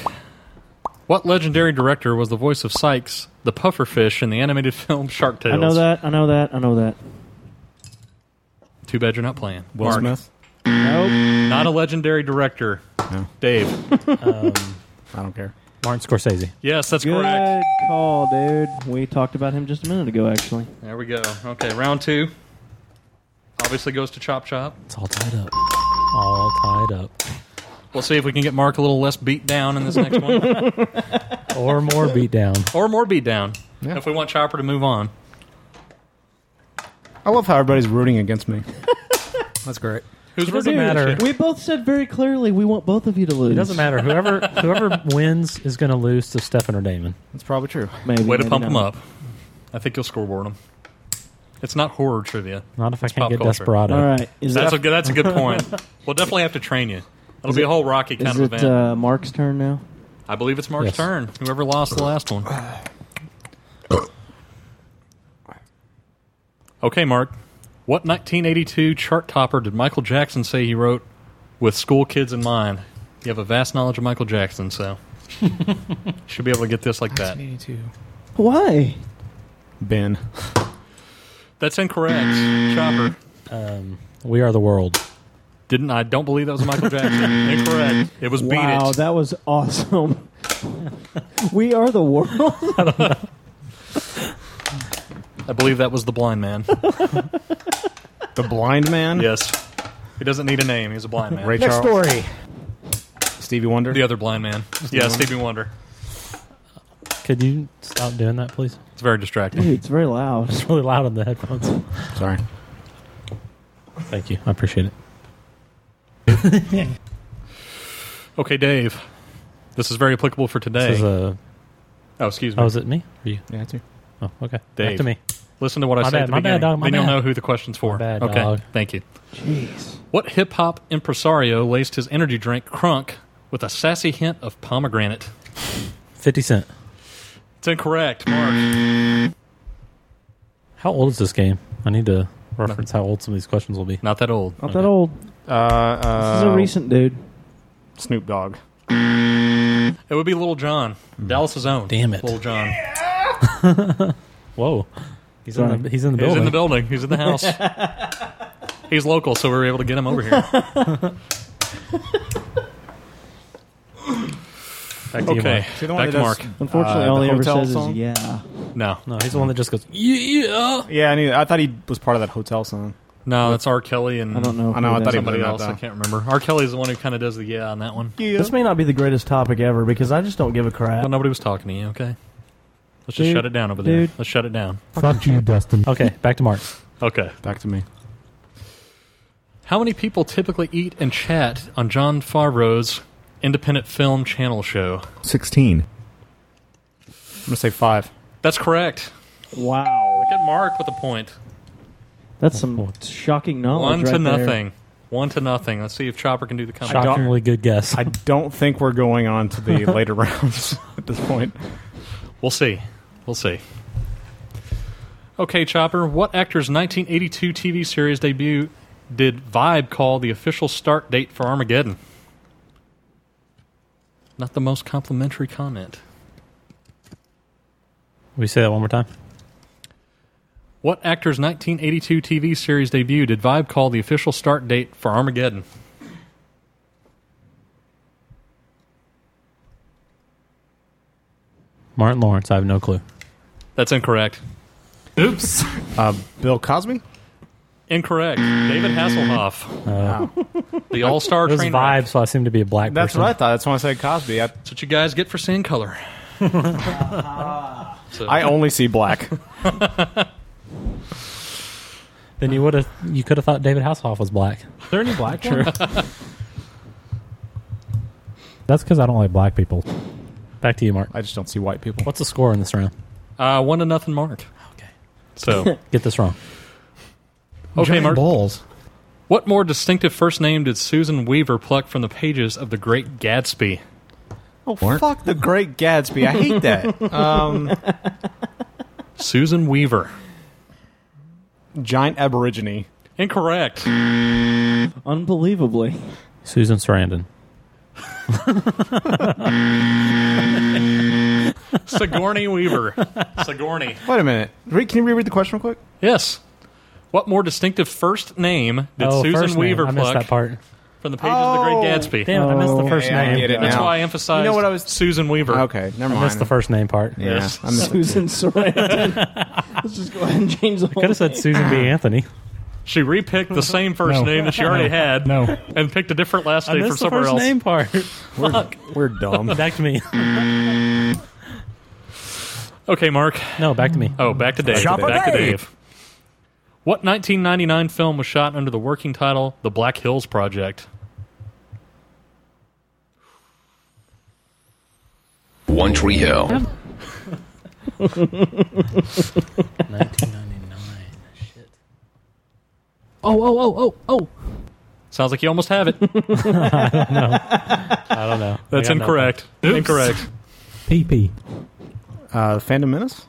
[SPEAKER 8] What legendary director was the voice of Sykes, the pufferfish, in the animated *laughs* film Shark Tales?
[SPEAKER 7] I know that. I know that. I know that.
[SPEAKER 8] Too bad you're not playing.
[SPEAKER 7] Will
[SPEAKER 8] Mark.
[SPEAKER 7] Smith?
[SPEAKER 8] Nope. Not a legendary director. Dave.
[SPEAKER 10] um,
[SPEAKER 4] I don't care.
[SPEAKER 10] Martin Scorsese.
[SPEAKER 8] Yes, that's
[SPEAKER 7] Good
[SPEAKER 8] correct.
[SPEAKER 7] call, dude. We talked about him just a minute ago, actually.
[SPEAKER 8] There we go. Okay, round two. Obviously goes to Chop Chop.
[SPEAKER 10] It's all tied up. All tied up.
[SPEAKER 8] We'll see if we can get Mark a little less beat down in this next one.
[SPEAKER 10] Or more beatdown.
[SPEAKER 8] or more beat down. If we want Chopper to move on.
[SPEAKER 4] I love how everybody's rooting against
[SPEAKER 10] *laughs*
[SPEAKER 4] me. That's great.
[SPEAKER 8] Who's
[SPEAKER 10] It doesn't matter.
[SPEAKER 7] We both said very clearly we want both of you to lose.
[SPEAKER 10] It doesn't matter. Whoever whoever wins is going to lose to Stefan or Damon.
[SPEAKER 4] That's probably true.
[SPEAKER 7] Maybe,
[SPEAKER 8] Way to
[SPEAKER 7] maybe
[SPEAKER 8] pump
[SPEAKER 7] not.
[SPEAKER 8] them up. I think you'll scoreboard them. It's not horror trivia.
[SPEAKER 10] Not if I
[SPEAKER 8] It's
[SPEAKER 10] can't
[SPEAKER 8] pop
[SPEAKER 10] get
[SPEAKER 8] culture.
[SPEAKER 10] Desperado. All right. Is
[SPEAKER 8] That's,
[SPEAKER 10] that-
[SPEAKER 8] a good, that's
[SPEAKER 10] *laughs*
[SPEAKER 8] a good point. We'll definitely have to train you. It'll
[SPEAKER 7] Is
[SPEAKER 8] be
[SPEAKER 7] it-
[SPEAKER 8] a whole Rocky kind
[SPEAKER 7] Is
[SPEAKER 8] of
[SPEAKER 7] it
[SPEAKER 8] event.
[SPEAKER 7] uh, Mark's turn now?
[SPEAKER 8] I believe it's Mark's
[SPEAKER 7] Yes.
[SPEAKER 8] turn. Whoever lost the last one. okay, Mark. What 1982 chart topper did Michael Jackson say he wrote with school kids in mind? You have a vast knowledge of Michael Jackson, so should be able to get this like that.
[SPEAKER 7] Why?
[SPEAKER 4] Ben.
[SPEAKER 8] That's incorrect, Chopper.
[SPEAKER 10] Um, we are the world.
[SPEAKER 8] Didn't I? Don't believe that was Michael Jackson. incorrect. It was Beat
[SPEAKER 7] wow,
[SPEAKER 8] It.
[SPEAKER 7] that was awesome. *laughs* we are the world.
[SPEAKER 8] I believe that was the
[SPEAKER 10] *laughs*
[SPEAKER 8] blind man.
[SPEAKER 4] The blind man?
[SPEAKER 8] Yes. He doesn't need a name. He's a blind man.
[SPEAKER 4] Ray Next Charles. story. Stevie Wonder?
[SPEAKER 8] The other blind man.
[SPEAKER 4] Stevie
[SPEAKER 8] yeah,
[SPEAKER 4] Wonder.
[SPEAKER 8] Stevie Wonder.
[SPEAKER 10] Could you stop doing that, please? *laughs*
[SPEAKER 8] It's very distracting.
[SPEAKER 7] Dude, it's very loud.
[SPEAKER 10] It's really loud on the headphones.
[SPEAKER 4] Sorry.
[SPEAKER 10] Thank you. I appreciate it.
[SPEAKER 8] Okay, Dave. This is very applicable for today.
[SPEAKER 10] This is a-
[SPEAKER 8] oh, excuse me.
[SPEAKER 10] Oh, is it me? Or you?
[SPEAKER 4] Yeah, it's you.
[SPEAKER 10] Oh, okay.
[SPEAKER 8] Dave.
[SPEAKER 10] Back to me.
[SPEAKER 8] Listen to what I
[SPEAKER 10] My
[SPEAKER 8] said
[SPEAKER 10] bad,
[SPEAKER 8] at the
[SPEAKER 10] my bad,
[SPEAKER 8] beginning.
[SPEAKER 10] dog, my
[SPEAKER 8] then you'll
[SPEAKER 10] bad.
[SPEAKER 8] know who the question's for.
[SPEAKER 10] My bad,
[SPEAKER 8] okay,
[SPEAKER 10] dog.
[SPEAKER 8] thank you.
[SPEAKER 7] *laughs* Jeez.
[SPEAKER 8] What hip hop impresario laced his energy drink Crunk with a sassy hint of pomegranate?
[SPEAKER 10] 50 Cent.
[SPEAKER 8] It's incorrect, Mark.
[SPEAKER 10] How old is this game? I need to reference how old some of these questions will be.
[SPEAKER 8] Not that old.
[SPEAKER 10] Oh.
[SPEAKER 7] Not that old.
[SPEAKER 4] Uh, uh,
[SPEAKER 7] This is a recent dude.
[SPEAKER 4] Snoop Dogg.
[SPEAKER 8] It would be Little John, Dallas's
[SPEAKER 10] Mm-hmm.
[SPEAKER 8] own.
[SPEAKER 10] Damn it.
[SPEAKER 8] Little John.
[SPEAKER 10] Whoa. He's in the, he's in the
[SPEAKER 8] He's
[SPEAKER 10] building.
[SPEAKER 8] in the building. He's in the *laughs* house. he's local, so we were able to get him over *laughs* here.
[SPEAKER 10] Back to you,
[SPEAKER 8] okay,
[SPEAKER 10] Mark.
[SPEAKER 4] See the one
[SPEAKER 8] back
[SPEAKER 4] that
[SPEAKER 8] to Mark.
[SPEAKER 4] does, Unfortunately, uh, all the he ever hotel says is song?
[SPEAKER 7] yeah.
[SPEAKER 8] No,
[SPEAKER 10] No, he's the one that just goes,
[SPEAKER 8] Yeah.
[SPEAKER 4] Yeah, I knew. I thought he was part of that hotel song.
[SPEAKER 8] No, that's R. Kelly and
[SPEAKER 4] I don't know. I know, I thought he
[SPEAKER 8] somebody
[SPEAKER 4] was in
[SPEAKER 8] else.
[SPEAKER 4] that,
[SPEAKER 8] I
[SPEAKER 4] though.
[SPEAKER 8] can't remember. R. Kelly's the one who kind of does the yeah on that one.
[SPEAKER 16] This may not be the greatest topic ever because I just don't give a crap.
[SPEAKER 8] Well, nobody was talking to you. Okay, let's just
[SPEAKER 16] Dude,
[SPEAKER 8] shut it down over there.
[SPEAKER 16] dude.
[SPEAKER 8] Let's shut it down.
[SPEAKER 10] Fuck you, Dustin. Okay, back to Mark.
[SPEAKER 8] Okay,
[SPEAKER 4] back to me.
[SPEAKER 8] How many people typically eat and chat on John Favreau's independent film channel show?
[SPEAKER 4] 16. I'm going to say five.
[SPEAKER 8] That's correct.
[SPEAKER 7] Wow.
[SPEAKER 8] Look at Mark with a point.
[SPEAKER 7] That's some shocking knowledge.
[SPEAKER 8] One to
[SPEAKER 7] right there.
[SPEAKER 8] nothing. One to nothing. Let's see if Chopper can do the comeback.
[SPEAKER 10] Shockingly good guess.
[SPEAKER 4] I don't think we're going on to the *laughs* later rounds at this point.
[SPEAKER 8] We'll see. We'll see. Okay, Chopper. What actor's 1982 TV series debut did Vibe call the official start date for Armageddon? Not the most complimentary comment.
[SPEAKER 10] We say that one more time.
[SPEAKER 8] What actor's 1982 TV series debut did Vibe call the official start date for Armageddon?
[SPEAKER 10] Martin Lawrence. I have no clue.
[SPEAKER 8] That's incorrect. *laughs* Oops.
[SPEAKER 4] Uh, Bill Cosby?
[SPEAKER 8] Incorrect. David Hasselhoff.
[SPEAKER 10] Uh,
[SPEAKER 8] The All Star
[SPEAKER 10] Those
[SPEAKER 8] train. wreck.
[SPEAKER 10] vibes, so I seem to be a black
[SPEAKER 4] That's
[SPEAKER 10] person.
[SPEAKER 4] what I thought. That's why I said Cosby. I,
[SPEAKER 8] That's what you guys get for seeing
[SPEAKER 4] *laughs*
[SPEAKER 8] color. So-
[SPEAKER 4] I only see black.
[SPEAKER 10] Then you would have, you could have thought David Hasselhoff was black.
[SPEAKER 16] Is there any black
[SPEAKER 10] True.
[SPEAKER 16] ones?
[SPEAKER 10] That's because I don't like black people. Back to you, Mark.
[SPEAKER 4] I just don't see white people.
[SPEAKER 10] What's the score in this round?
[SPEAKER 4] *laughs*
[SPEAKER 8] Uh, one to nothing, Mark. Okay. So
[SPEAKER 10] Get this wrong.
[SPEAKER 8] Okay,
[SPEAKER 17] Giant
[SPEAKER 8] Mark.
[SPEAKER 17] balls.
[SPEAKER 8] What more distinctive first name did Susan Weaver pluck from the pages of The Great Gatsby?
[SPEAKER 4] Oh, fuck the Great Gatsby. I hate
[SPEAKER 8] *laughs*
[SPEAKER 4] that. Um,
[SPEAKER 8] Susan Weaver.
[SPEAKER 4] Giant Aborigine. *laughs*
[SPEAKER 8] Incorrect.
[SPEAKER 7] Unbelievably.
[SPEAKER 10] Susan Sarandon.
[SPEAKER 4] *laughs*
[SPEAKER 8] Sigourney Weaver. Sigourney.
[SPEAKER 4] Wait a minute. Re- Can you reread the question real quick?
[SPEAKER 8] Yes. What more distinctive first name did
[SPEAKER 4] Oh, first
[SPEAKER 8] Susan
[SPEAKER 4] name.
[SPEAKER 8] Weaver
[SPEAKER 4] I missed
[SPEAKER 8] pluck
[SPEAKER 4] that part. Oh.
[SPEAKER 8] from the pages of The Great Gatsby?
[SPEAKER 10] Damn it, I missed the first
[SPEAKER 8] Yeah, I
[SPEAKER 10] name.
[SPEAKER 8] get it That's now. why I emphasized
[SPEAKER 4] You know what I was?
[SPEAKER 8] Susan Weaver.
[SPEAKER 4] Okay, never
[SPEAKER 10] I
[SPEAKER 4] mind.
[SPEAKER 10] missed the first name part.
[SPEAKER 4] Yeah, Yes. I missed it.
[SPEAKER 7] Susan Sarandon. Let's just go ahead and change the whole
[SPEAKER 10] Could have said Susan B.
[SPEAKER 8] *laughs*
[SPEAKER 10] Anthony.
[SPEAKER 8] She repicked the same first
[SPEAKER 10] No.
[SPEAKER 8] name that she already
[SPEAKER 10] No.
[SPEAKER 8] had
[SPEAKER 10] No.
[SPEAKER 8] and picked a different last
[SPEAKER 10] I
[SPEAKER 8] name from
[SPEAKER 10] missed the
[SPEAKER 8] somewhere
[SPEAKER 10] first
[SPEAKER 8] else.
[SPEAKER 10] name
[SPEAKER 8] *laughs*
[SPEAKER 10] part.
[SPEAKER 8] We're-
[SPEAKER 10] Fuck.
[SPEAKER 8] we're dumb.
[SPEAKER 10] Back to me.
[SPEAKER 8] Okay, Mark.
[SPEAKER 10] No, back to me.
[SPEAKER 8] Oh, back to Dave.
[SPEAKER 10] Shop a
[SPEAKER 8] back to
[SPEAKER 10] Dave.
[SPEAKER 8] Dave. What 1999 film was shot under the working title The Black Hills Project?
[SPEAKER 18] One Tree Hill.
[SPEAKER 10] 1999. Oh, oh, oh, oh, oh.
[SPEAKER 8] Sounds like you almost have
[SPEAKER 10] *laughs*
[SPEAKER 8] it.
[SPEAKER 10] I don't know. I don't know.
[SPEAKER 8] That's
[SPEAKER 10] I got
[SPEAKER 8] incorrect.
[SPEAKER 10] nothing.
[SPEAKER 8] Incorrect.
[SPEAKER 4] PP. Uh, Phantom Menace?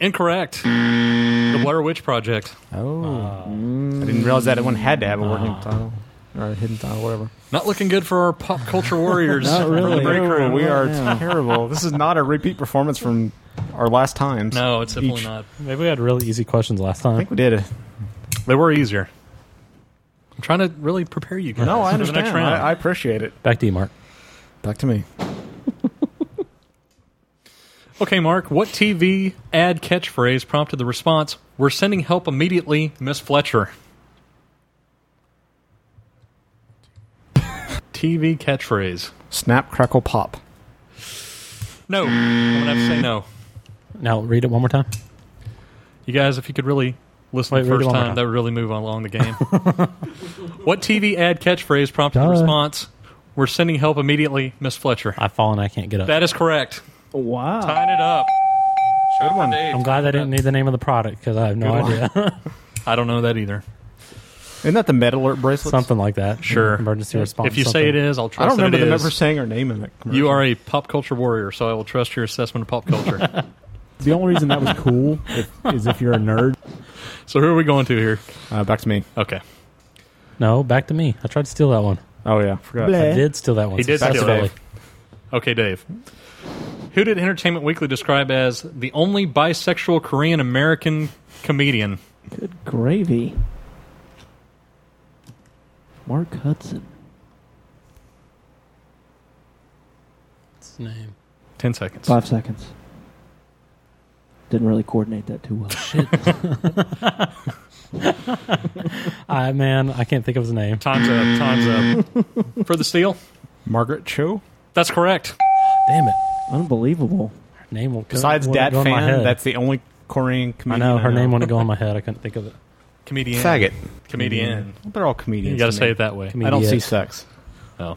[SPEAKER 8] Incorrect. The Blair Witch Project.
[SPEAKER 4] Oh. I
[SPEAKER 7] Mm.
[SPEAKER 4] didn't realize that one had to have a working title or a hidden title, whatever.
[SPEAKER 8] Not looking good for our pop
[SPEAKER 10] *laughs*
[SPEAKER 8] culture warriors.
[SPEAKER 4] *laughs*
[SPEAKER 8] from The break room.
[SPEAKER 4] We are terrible. This is not a repeat performance from our last times.
[SPEAKER 8] No, it's definitely
[SPEAKER 4] Each-
[SPEAKER 8] not.
[SPEAKER 10] Maybe we had really easy questions last time. I think
[SPEAKER 4] we did.
[SPEAKER 8] They were easier. I'm trying to really prepare you guys.
[SPEAKER 4] No, I
[SPEAKER 8] for The
[SPEAKER 4] understand.
[SPEAKER 8] next round.
[SPEAKER 4] I, I appreciate it.
[SPEAKER 10] Back to you, Mark.
[SPEAKER 4] Back to me.
[SPEAKER 8] Okay, Mark, what TV ad catchphrase prompted the response, We're sending help immediately, Miss Fletcher? TV catchphrase.
[SPEAKER 4] Snap, crackle, pop.
[SPEAKER 8] No. I'm going to have to say no.
[SPEAKER 10] Now read it one more time.
[SPEAKER 8] You guys, if you could really listen
[SPEAKER 10] Wait,
[SPEAKER 8] the
[SPEAKER 10] read it
[SPEAKER 8] first
[SPEAKER 10] one more
[SPEAKER 8] time,
[SPEAKER 10] time.
[SPEAKER 8] that would really move along the game. *laughs* what TV ad catchphrase prompted the
[SPEAKER 10] Duh.
[SPEAKER 8] response, We're sending help immediately, Miss Fletcher?
[SPEAKER 10] I've fallen. I can't get up.
[SPEAKER 8] That is correct.
[SPEAKER 7] Wow.
[SPEAKER 8] Tying it up. Good one.
[SPEAKER 10] I'm glad I didn't need the name of the product because I have no
[SPEAKER 8] Good
[SPEAKER 10] idea.
[SPEAKER 8] I don't know that either.
[SPEAKER 4] Isn't that the Med Alert bracelet?
[SPEAKER 10] *laughs* something like that.
[SPEAKER 8] Sure.
[SPEAKER 10] Emergency response.
[SPEAKER 8] If you
[SPEAKER 10] something.
[SPEAKER 8] say it is, I'll
[SPEAKER 4] I
[SPEAKER 8] trust
[SPEAKER 4] don't
[SPEAKER 8] that
[SPEAKER 4] remember
[SPEAKER 8] it
[SPEAKER 4] them
[SPEAKER 8] is.
[SPEAKER 4] ever saying her name in it.
[SPEAKER 8] You are a pop culture warrior, so I will trust your assessment of pop culture.
[SPEAKER 19] The only reason that was cool if, is if you're a nerd.
[SPEAKER 8] so who are we going to here?
[SPEAKER 4] *laughs* Uh, back to me.
[SPEAKER 8] Okay.
[SPEAKER 10] No, back to me. I tried to steal that one.
[SPEAKER 4] Oh yeah, forgot.
[SPEAKER 10] I did steal that one.
[SPEAKER 8] He did steal
[SPEAKER 10] successfully.
[SPEAKER 8] it. Okay, Dave. Who did Entertainment Weekly describe as the only bisexual Korean American comedian?
[SPEAKER 7] Gravy. Mark Hudson.
[SPEAKER 10] What's his name?
[SPEAKER 8] Ten seconds.
[SPEAKER 7] Five seconds. Didn't really coordinate that too *laughs* well.
[SPEAKER 10] I man, I can't think of his name.
[SPEAKER 8] Time's up. Time's
[SPEAKER 10] *laughs*
[SPEAKER 8] up. For the steal?
[SPEAKER 4] Margaret Cho.
[SPEAKER 8] That's correct.
[SPEAKER 10] Damn it!
[SPEAKER 7] Unbelievable.
[SPEAKER 10] Her name will
[SPEAKER 4] Besides Dat
[SPEAKER 10] wouldn't go in my
[SPEAKER 4] fan,
[SPEAKER 10] head.
[SPEAKER 4] that's the only Korean
[SPEAKER 10] I
[SPEAKER 4] comedian.
[SPEAKER 10] know her name wouldn't go in my head. I couldn't think of it.
[SPEAKER 8] Comedian.
[SPEAKER 4] Faggot.
[SPEAKER 8] Comedian.
[SPEAKER 4] They're all comedians.
[SPEAKER 8] You gotta
[SPEAKER 4] to
[SPEAKER 8] say
[SPEAKER 4] me.
[SPEAKER 8] it that way.
[SPEAKER 4] I don't see
[SPEAKER 8] Comedians.
[SPEAKER 4] sex.
[SPEAKER 8] Oh.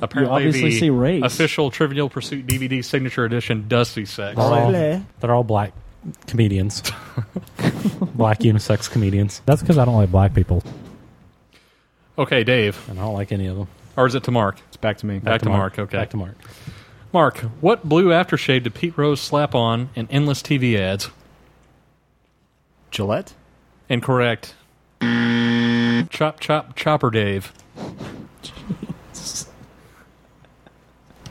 [SPEAKER 8] Apparently,
[SPEAKER 10] obviously
[SPEAKER 8] the
[SPEAKER 10] see race.
[SPEAKER 8] official Trivial Pursuit DVD signature edition does see sex.
[SPEAKER 10] They're all, they're all black comedians, *laughs* black unisex comedians.
[SPEAKER 20] That's because I don't like black people.
[SPEAKER 8] Okay, Dave.
[SPEAKER 10] And I don't like any of them.
[SPEAKER 8] Or is it to Mark?
[SPEAKER 4] It's back to me.
[SPEAKER 8] Back, to Mark. Okay.
[SPEAKER 10] Back to Mark.
[SPEAKER 8] Mark, what blue aftershave did Pete Rose slap on in endless TV ads?
[SPEAKER 4] Gillette?
[SPEAKER 8] Incorrect. chop, chop, chopper Dave.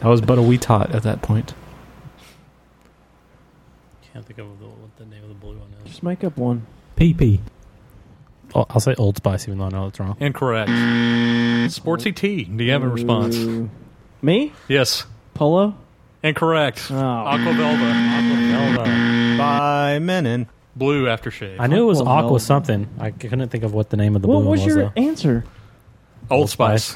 [SPEAKER 4] I was but a wee tot at that point.
[SPEAKER 10] Can't think of the, what the name of the blue one is.
[SPEAKER 7] Just make up one.
[SPEAKER 10] PP. Oh, I'll, I'll say Old Spice, even though I know it's wrong.
[SPEAKER 8] Incorrect. Sportsy T, do you have a response?
[SPEAKER 7] Me?
[SPEAKER 8] Yes.
[SPEAKER 7] Polo?
[SPEAKER 8] Incorrect. Aqua Velva.
[SPEAKER 4] By Menon.
[SPEAKER 8] Blue aftershave.
[SPEAKER 10] I knew it was
[SPEAKER 8] Aqua
[SPEAKER 10] Aqua
[SPEAKER 8] Velva.
[SPEAKER 10] something. I couldn't think of what the name of the
[SPEAKER 7] What
[SPEAKER 10] blue
[SPEAKER 7] was
[SPEAKER 10] one was.
[SPEAKER 7] your
[SPEAKER 10] though.
[SPEAKER 7] answer?
[SPEAKER 8] Old Spice.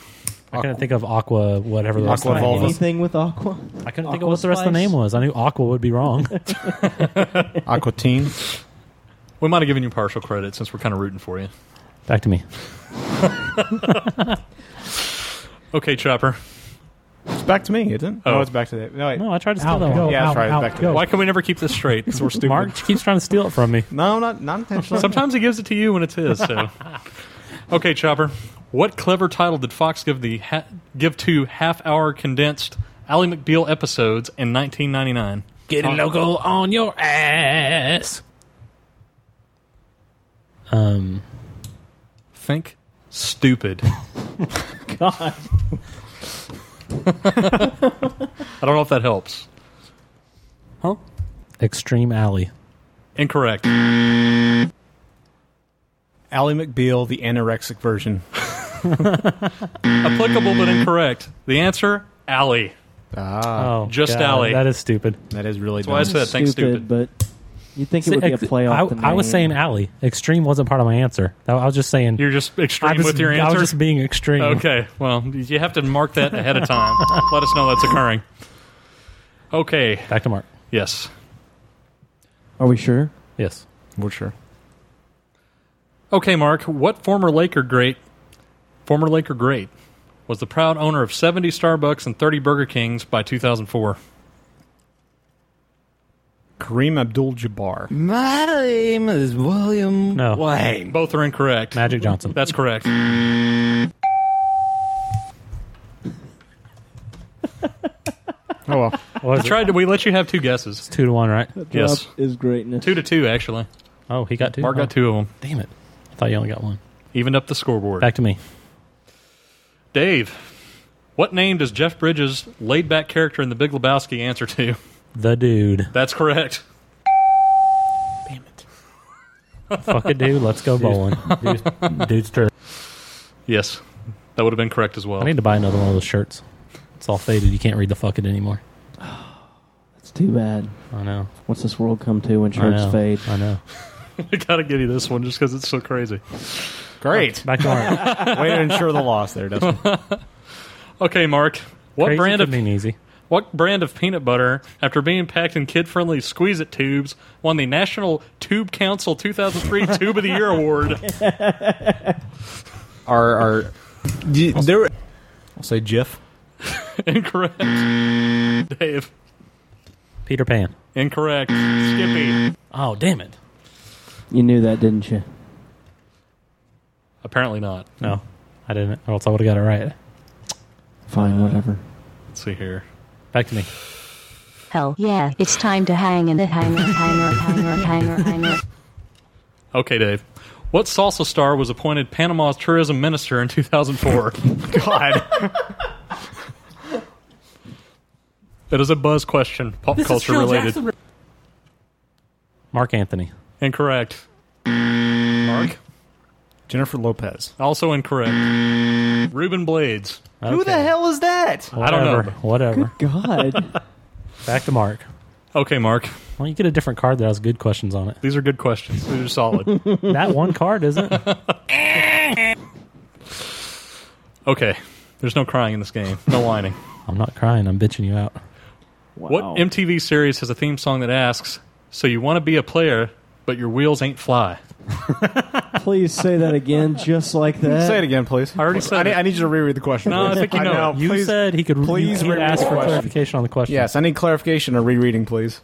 [SPEAKER 10] I couldn't think of Aqua, whatever the rest of
[SPEAKER 7] Aqua
[SPEAKER 10] the name was.
[SPEAKER 7] Anything with Aqua?
[SPEAKER 10] I couldn't think of what the rest of the name was. I knew Aqua would
[SPEAKER 4] *laughs*
[SPEAKER 10] be wrong.
[SPEAKER 4] Aquatine.
[SPEAKER 8] We might have given you partial credit since we're kind of rooting for you.
[SPEAKER 10] Back to me.
[SPEAKER 8] Okay, Chopper.
[SPEAKER 4] back to me, isn't it?
[SPEAKER 8] Oh.
[SPEAKER 4] No, it's back to that. No, wait.
[SPEAKER 8] No, I tried to steal
[SPEAKER 4] Out,
[SPEAKER 8] that one.
[SPEAKER 4] go,
[SPEAKER 8] Yeah,
[SPEAKER 4] yeah,
[SPEAKER 8] that's
[SPEAKER 4] that's right. It's
[SPEAKER 8] right, it's
[SPEAKER 4] back to me.
[SPEAKER 8] Why can we never keep this *laughs* straight? Because we're stupid.
[SPEAKER 4] Mark
[SPEAKER 8] keeps trying to steal it from me.
[SPEAKER 4] No, not not
[SPEAKER 7] *laughs*
[SPEAKER 4] intentionally.
[SPEAKER 8] Sometimes he gives it to you when it's his. So, okay, Chopper. What clever title did Fox give the ha- give to half-hour condensed Ally McBeal episodes in 1999?
[SPEAKER 17] Getting local on your ass.
[SPEAKER 8] Um, think
[SPEAKER 4] *laughs*
[SPEAKER 8] stupid.
[SPEAKER 7] God.
[SPEAKER 8] *laughs* I don't know if that helps.
[SPEAKER 10] Extreme Alley.
[SPEAKER 4] *laughs*
[SPEAKER 8] Incorrect.
[SPEAKER 4] Ally McBeal, the anorexic version.
[SPEAKER 8] *laughs* Applicable but incorrect. The answer: Alley.
[SPEAKER 4] Ah.
[SPEAKER 8] Uh, just
[SPEAKER 4] God,
[SPEAKER 8] Alley.
[SPEAKER 4] that
[SPEAKER 10] Oh, is stupid.
[SPEAKER 4] That is really
[SPEAKER 8] That's why I said think stupid.
[SPEAKER 7] but you think it would be a
[SPEAKER 10] ex-
[SPEAKER 7] playoff?
[SPEAKER 10] I,
[SPEAKER 7] to
[SPEAKER 10] I was
[SPEAKER 7] name.
[SPEAKER 10] saying alley. Extreme wasn't part of my answer. I I was just saying.
[SPEAKER 8] You're just extreme
[SPEAKER 10] I was-
[SPEAKER 8] with your
[SPEAKER 10] I
[SPEAKER 8] answer?
[SPEAKER 10] was just being extreme.
[SPEAKER 8] Okay, well, you have to mark that ahead
[SPEAKER 10] *laughs*
[SPEAKER 8] of time. Let us know that's occurring. Okay.
[SPEAKER 10] Back to Mark.
[SPEAKER 8] Yes.
[SPEAKER 7] Are we sure?
[SPEAKER 10] Yes.
[SPEAKER 4] We're sure.
[SPEAKER 8] Okay, Mark. What former Laker great, former Laker great, was the proud owner of 70 Starbucks and 30 Burger Kings by 2004?
[SPEAKER 4] Kareem Abdul-Jabbar.
[SPEAKER 3] My name is William
[SPEAKER 10] No.
[SPEAKER 3] Wayne.
[SPEAKER 8] Both are incorrect.
[SPEAKER 10] Magic Johnson.
[SPEAKER 8] That's correct.
[SPEAKER 4] Oh well.
[SPEAKER 8] we tried to. We let you have two guesses. It's
[SPEAKER 10] two to one, right?
[SPEAKER 8] yes.
[SPEAKER 7] is greatness.
[SPEAKER 8] Two to two, actually.
[SPEAKER 10] Oh, he got two?
[SPEAKER 8] Mark
[SPEAKER 10] Oh.
[SPEAKER 8] got two of them.
[SPEAKER 10] Damn it! I thought you only got one.
[SPEAKER 8] Evened up the scoreboard.
[SPEAKER 10] Back to me.
[SPEAKER 8] Dave, what name does Jeff Bridges' laid back character in The Big Lebowski answer to?
[SPEAKER 10] The dude.
[SPEAKER 8] That's correct.
[SPEAKER 10] Fuck it, dude. Let's
[SPEAKER 8] *laughs*
[SPEAKER 10] go bowling.
[SPEAKER 8] Dude's-
[SPEAKER 10] turn.
[SPEAKER 8] Yes. That would have been correct as well.
[SPEAKER 10] I need to buy another one of those shirts. It's all faded. You can't read the fuck it anymore.
[SPEAKER 7] It's too bad.
[SPEAKER 10] I know.
[SPEAKER 7] What's this world come to when
[SPEAKER 10] I
[SPEAKER 7] shirts
[SPEAKER 10] know.
[SPEAKER 7] fade?
[SPEAKER 10] I know.
[SPEAKER 8] *laughs* I gotta give you this one just because it's so crazy.
[SPEAKER 4] Great.
[SPEAKER 10] Back to Mark.
[SPEAKER 4] Way to ensure the loss there, Dustin.
[SPEAKER 8] Okay, Mark. What
[SPEAKER 10] Crazy
[SPEAKER 8] brand
[SPEAKER 10] could
[SPEAKER 8] of
[SPEAKER 10] mean easy?
[SPEAKER 8] What brand of peanut butter, after being packed in kid-friendly squeeze-it tubes, won the National Tube Council *laughs* 2003 Tube of the Year award?
[SPEAKER 4] Our our y- there. I'll say Jeff.
[SPEAKER 8] *laughs* Incorrect. Dave.
[SPEAKER 10] Peter Pan.
[SPEAKER 8] Incorrect. Skippy.
[SPEAKER 10] Oh, damn it.
[SPEAKER 7] You knew that, didn't you?
[SPEAKER 8] Apparently not.
[SPEAKER 10] No, I didn't. Or else I would have got it right.
[SPEAKER 7] Fine,
[SPEAKER 10] Uh,
[SPEAKER 7] whatever.
[SPEAKER 8] Let's see here.
[SPEAKER 10] Back to me.
[SPEAKER 21] Hell yeah, it's time to hang in the hanger, hanger, hanger, hanger, hanger.
[SPEAKER 8] Okay, Dave. What salsa star was appointed Panama's tourism minister in 2004? God. it is a buzz question, pop culture related.
[SPEAKER 10] Mark Anthony.
[SPEAKER 8] Incorrect. Mark?
[SPEAKER 4] Jennifer Lopez.
[SPEAKER 8] Also incorrect. Ruben Blades.
[SPEAKER 4] Who the hell is that?
[SPEAKER 8] I don't know.
[SPEAKER 10] Whatever.
[SPEAKER 7] God. *laughs*
[SPEAKER 10] Back to Mark.
[SPEAKER 8] Okay, Mark.
[SPEAKER 10] Well, you get a different card that has good questions on it.
[SPEAKER 8] These are good questions. These are solid.
[SPEAKER 10] that one card isn't.
[SPEAKER 8] Okay. There's no crying in this game. No whining.
[SPEAKER 10] I'm not crying. I'm bitching you out.
[SPEAKER 8] What
[SPEAKER 4] Oh.
[SPEAKER 8] MTV series has a theme song that asks, So you want to be a player, but your wheels ain't fly?
[SPEAKER 7] Please say that again, just like that.
[SPEAKER 4] Say it again, please. I
[SPEAKER 8] already said
[SPEAKER 4] I, need,
[SPEAKER 8] it.
[SPEAKER 4] I need you to reread the question.
[SPEAKER 8] No,
[SPEAKER 4] *laughs*
[SPEAKER 8] I
[SPEAKER 4] please.
[SPEAKER 8] think you know it.
[SPEAKER 10] You
[SPEAKER 4] please,
[SPEAKER 10] said he could.
[SPEAKER 4] Please
[SPEAKER 10] you could
[SPEAKER 4] reread
[SPEAKER 10] ask
[SPEAKER 4] the
[SPEAKER 10] for
[SPEAKER 4] question.
[SPEAKER 10] clarification on the question.
[SPEAKER 4] Yes, I need clarification or rereading, please.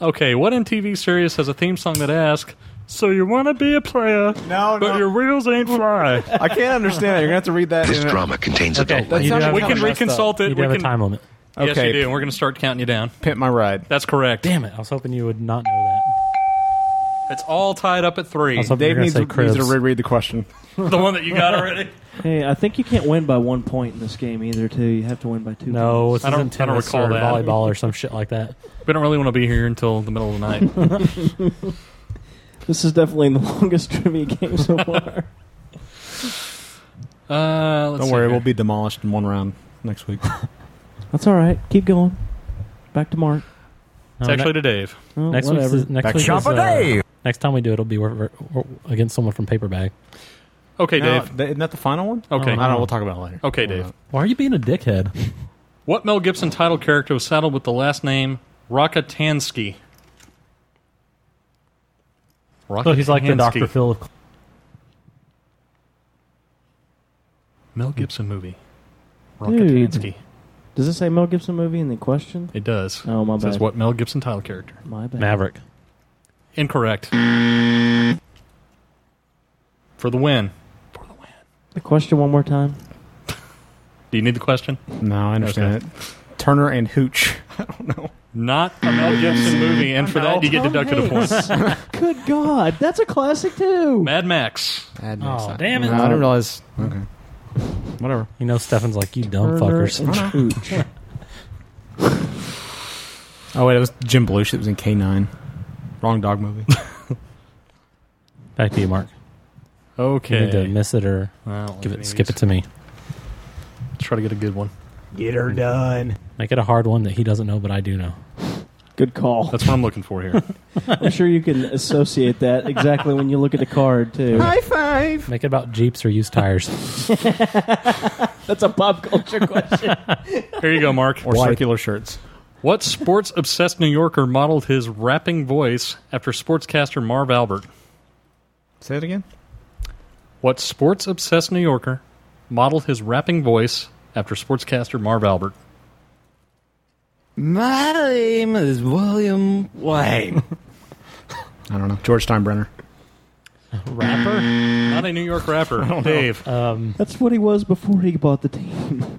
[SPEAKER 8] Okay, what MTV series has a theme song that asks, "So you want to be a player,
[SPEAKER 4] no,
[SPEAKER 8] but your wheels ain't fly"?
[SPEAKER 4] *laughs* I can't understand that. You're gonna have to read that.
[SPEAKER 18] This
[SPEAKER 4] in a-
[SPEAKER 18] drama contains
[SPEAKER 4] Okay,
[SPEAKER 18] adult
[SPEAKER 4] that
[SPEAKER 18] language.
[SPEAKER 4] sounds
[SPEAKER 8] We
[SPEAKER 4] kinda
[SPEAKER 8] can
[SPEAKER 4] messed
[SPEAKER 8] reconsult
[SPEAKER 4] up.
[SPEAKER 8] it. You do We have a can- time
[SPEAKER 10] limit.
[SPEAKER 8] Yes,
[SPEAKER 4] Okay.
[SPEAKER 8] you do. And we're going to start counting you down.
[SPEAKER 4] Pimp my ride.
[SPEAKER 8] That's correct.
[SPEAKER 10] Damn it! I was hoping you would not know that.
[SPEAKER 8] It's all tied up at three.
[SPEAKER 4] Dave needs, needs to reread the question.
[SPEAKER 8] the one that you
[SPEAKER 4] *laughs*
[SPEAKER 8] got already.
[SPEAKER 7] Hey, I think you can't win by one point in this game either. Too, you have to win by two.
[SPEAKER 10] No,
[SPEAKER 7] points.
[SPEAKER 10] it's in tennis or volleyball or some shit like that.
[SPEAKER 8] We don't really want to be here until the middle of
[SPEAKER 4] *laughs*
[SPEAKER 8] the night.
[SPEAKER 7] This is definitely the *laughs* longest trivia
[SPEAKER 10] *laughs*
[SPEAKER 7] game so far.
[SPEAKER 8] Uh, let's
[SPEAKER 4] Don't
[SPEAKER 8] see
[SPEAKER 4] worry,
[SPEAKER 8] here.
[SPEAKER 4] we'll be demolished in one round next week.
[SPEAKER 7] That's all right. Keep going. Back to Mark.
[SPEAKER 8] It's
[SPEAKER 10] No,
[SPEAKER 8] actually
[SPEAKER 10] ne-
[SPEAKER 8] to Dave.
[SPEAKER 7] Oh,
[SPEAKER 10] next week.
[SPEAKER 7] whatever.
[SPEAKER 10] Is, next
[SPEAKER 7] Back
[SPEAKER 10] week
[SPEAKER 7] shop
[SPEAKER 10] is,
[SPEAKER 7] a
[SPEAKER 10] uh,
[SPEAKER 7] day.
[SPEAKER 10] Next time we do it, it'll be we're, we're against someone from Paper Bag.
[SPEAKER 8] Okay,
[SPEAKER 4] No,
[SPEAKER 8] Dave.
[SPEAKER 4] th- isn't that the final one? Oh,
[SPEAKER 8] Okay.
[SPEAKER 4] I don't know. We'll talk about it later.
[SPEAKER 8] Okay, Dave.
[SPEAKER 10] Why are you being a dickhead?
[SPEAKER 8] What Mel Gibson title character was saddled with the last name Rockatansky?
[SPEAKER 4] Oh,
[SPEAKER 10] So he's like the Doctor Phil of
[SPEAKER 8] Mel Gibson movie.
[SPEAKER 7] Dude.
[SPEAKER 8] Rockatansky.
[SPEAKER 7] Does it say Mel Gibson movie in the question?
[SPEAKER 8] It does.
[SPEAKER 7] Oh my
[SPEAKER 8] It
[SPEAKER 7] bad.
[SPEAKER 8] says what Mel Gibson title character?
[SPEAKER 7] My bad.
[SPEAKER 10] Maverick.
[SPEAKER 8] Incorrect. For the win.
[SPEAKER 7] The question one more time.
[SPEAKER 8] Do you need the question?
[SPEAKER 4] No, I understand
[SPEAKER 8] Okay.
[SPEAKER 4] it. Turner and Hooch. *laughs* I don't know.
[SPEAKER 8] Not a
[SPEAKER 4] *laughs*
[SPEAKER 8] Mel Gibson movie, and for that you get deducted a point.
[SPEAKER 7] Oh, *laughs* Good God, that's a classic too.
[SPEAKER 8] Mad Max.
[SPEAKER 4] Mad
[SPEAKER 7] Max.
[SPEAKER 10] Oh, damn it.
[SPEAKER 4] No, I didn't realize. Okay.
[SPEAKER 10] Whatever. You know, Stefan's like, you dumb
[SPEAKER 7] Turner
[SPEAKER 10] fuckers.
[SPEAKER 7] and
[SPEAKER 4] *laughs*
[SPEAKER 7] *laughs* Hooch.
[SPEAKER 4] Oh wait, it was Jim Belushi. It was in K nine. Wrong dog movie.
[SPEAKER 10] Back to you, Mark.
[SPEAKER 8] Okay.
[SPEAKER 10] You need to miss it or
[SPEAKER 8] Well,
[SPEAKER 10] give
[SPEAKER 8] let me
[SPEAKER 10] it, skip it to me.
[SPEAKER 8] *laughs* Try to get a good one.
[SPEAKER 10] Get her done. Make it a hard one that he doesn't know, but I do know.
[SPEAKER 7] Good call.
[SPEAKER 8] That's what I'm looking for here.
[SPEAKER 7] I'm sure you can associate that exactly when you look at the card too.
[SPEAKER 4] five.
[SPEAKER 10] Make it about Jeeps or used tires.
[SPEAKER 7] *laughs*
[SPEAKER 8] *laughs*
[SPEAKER 7] That's a pop culture question.
[SPEAKER 8] *laughs* Here you go, Mark.
[SPEAKER 4] Or circular shirts.
[SPEAKER 8] What sports obsessed New Yorker modeled his rapping voice after sportscaster Marv Albert?
[SPEAKER 4] Say it again.
[SPEAKER 8] What sports obsessed New Yorker modeled his rapping voice after sportscaster Marv Albert?
[SPEAKER 3] My name is William Wayne.
[SPEAKER 4] *laughs* I don't know. George Steinbrenner.
[SPEAKER 8] Rapper? Not a New York *laughs* rapper. Dave.
[SPEAKER 10] Um,
[SPEAKER 7] That's what he was before he bought the team.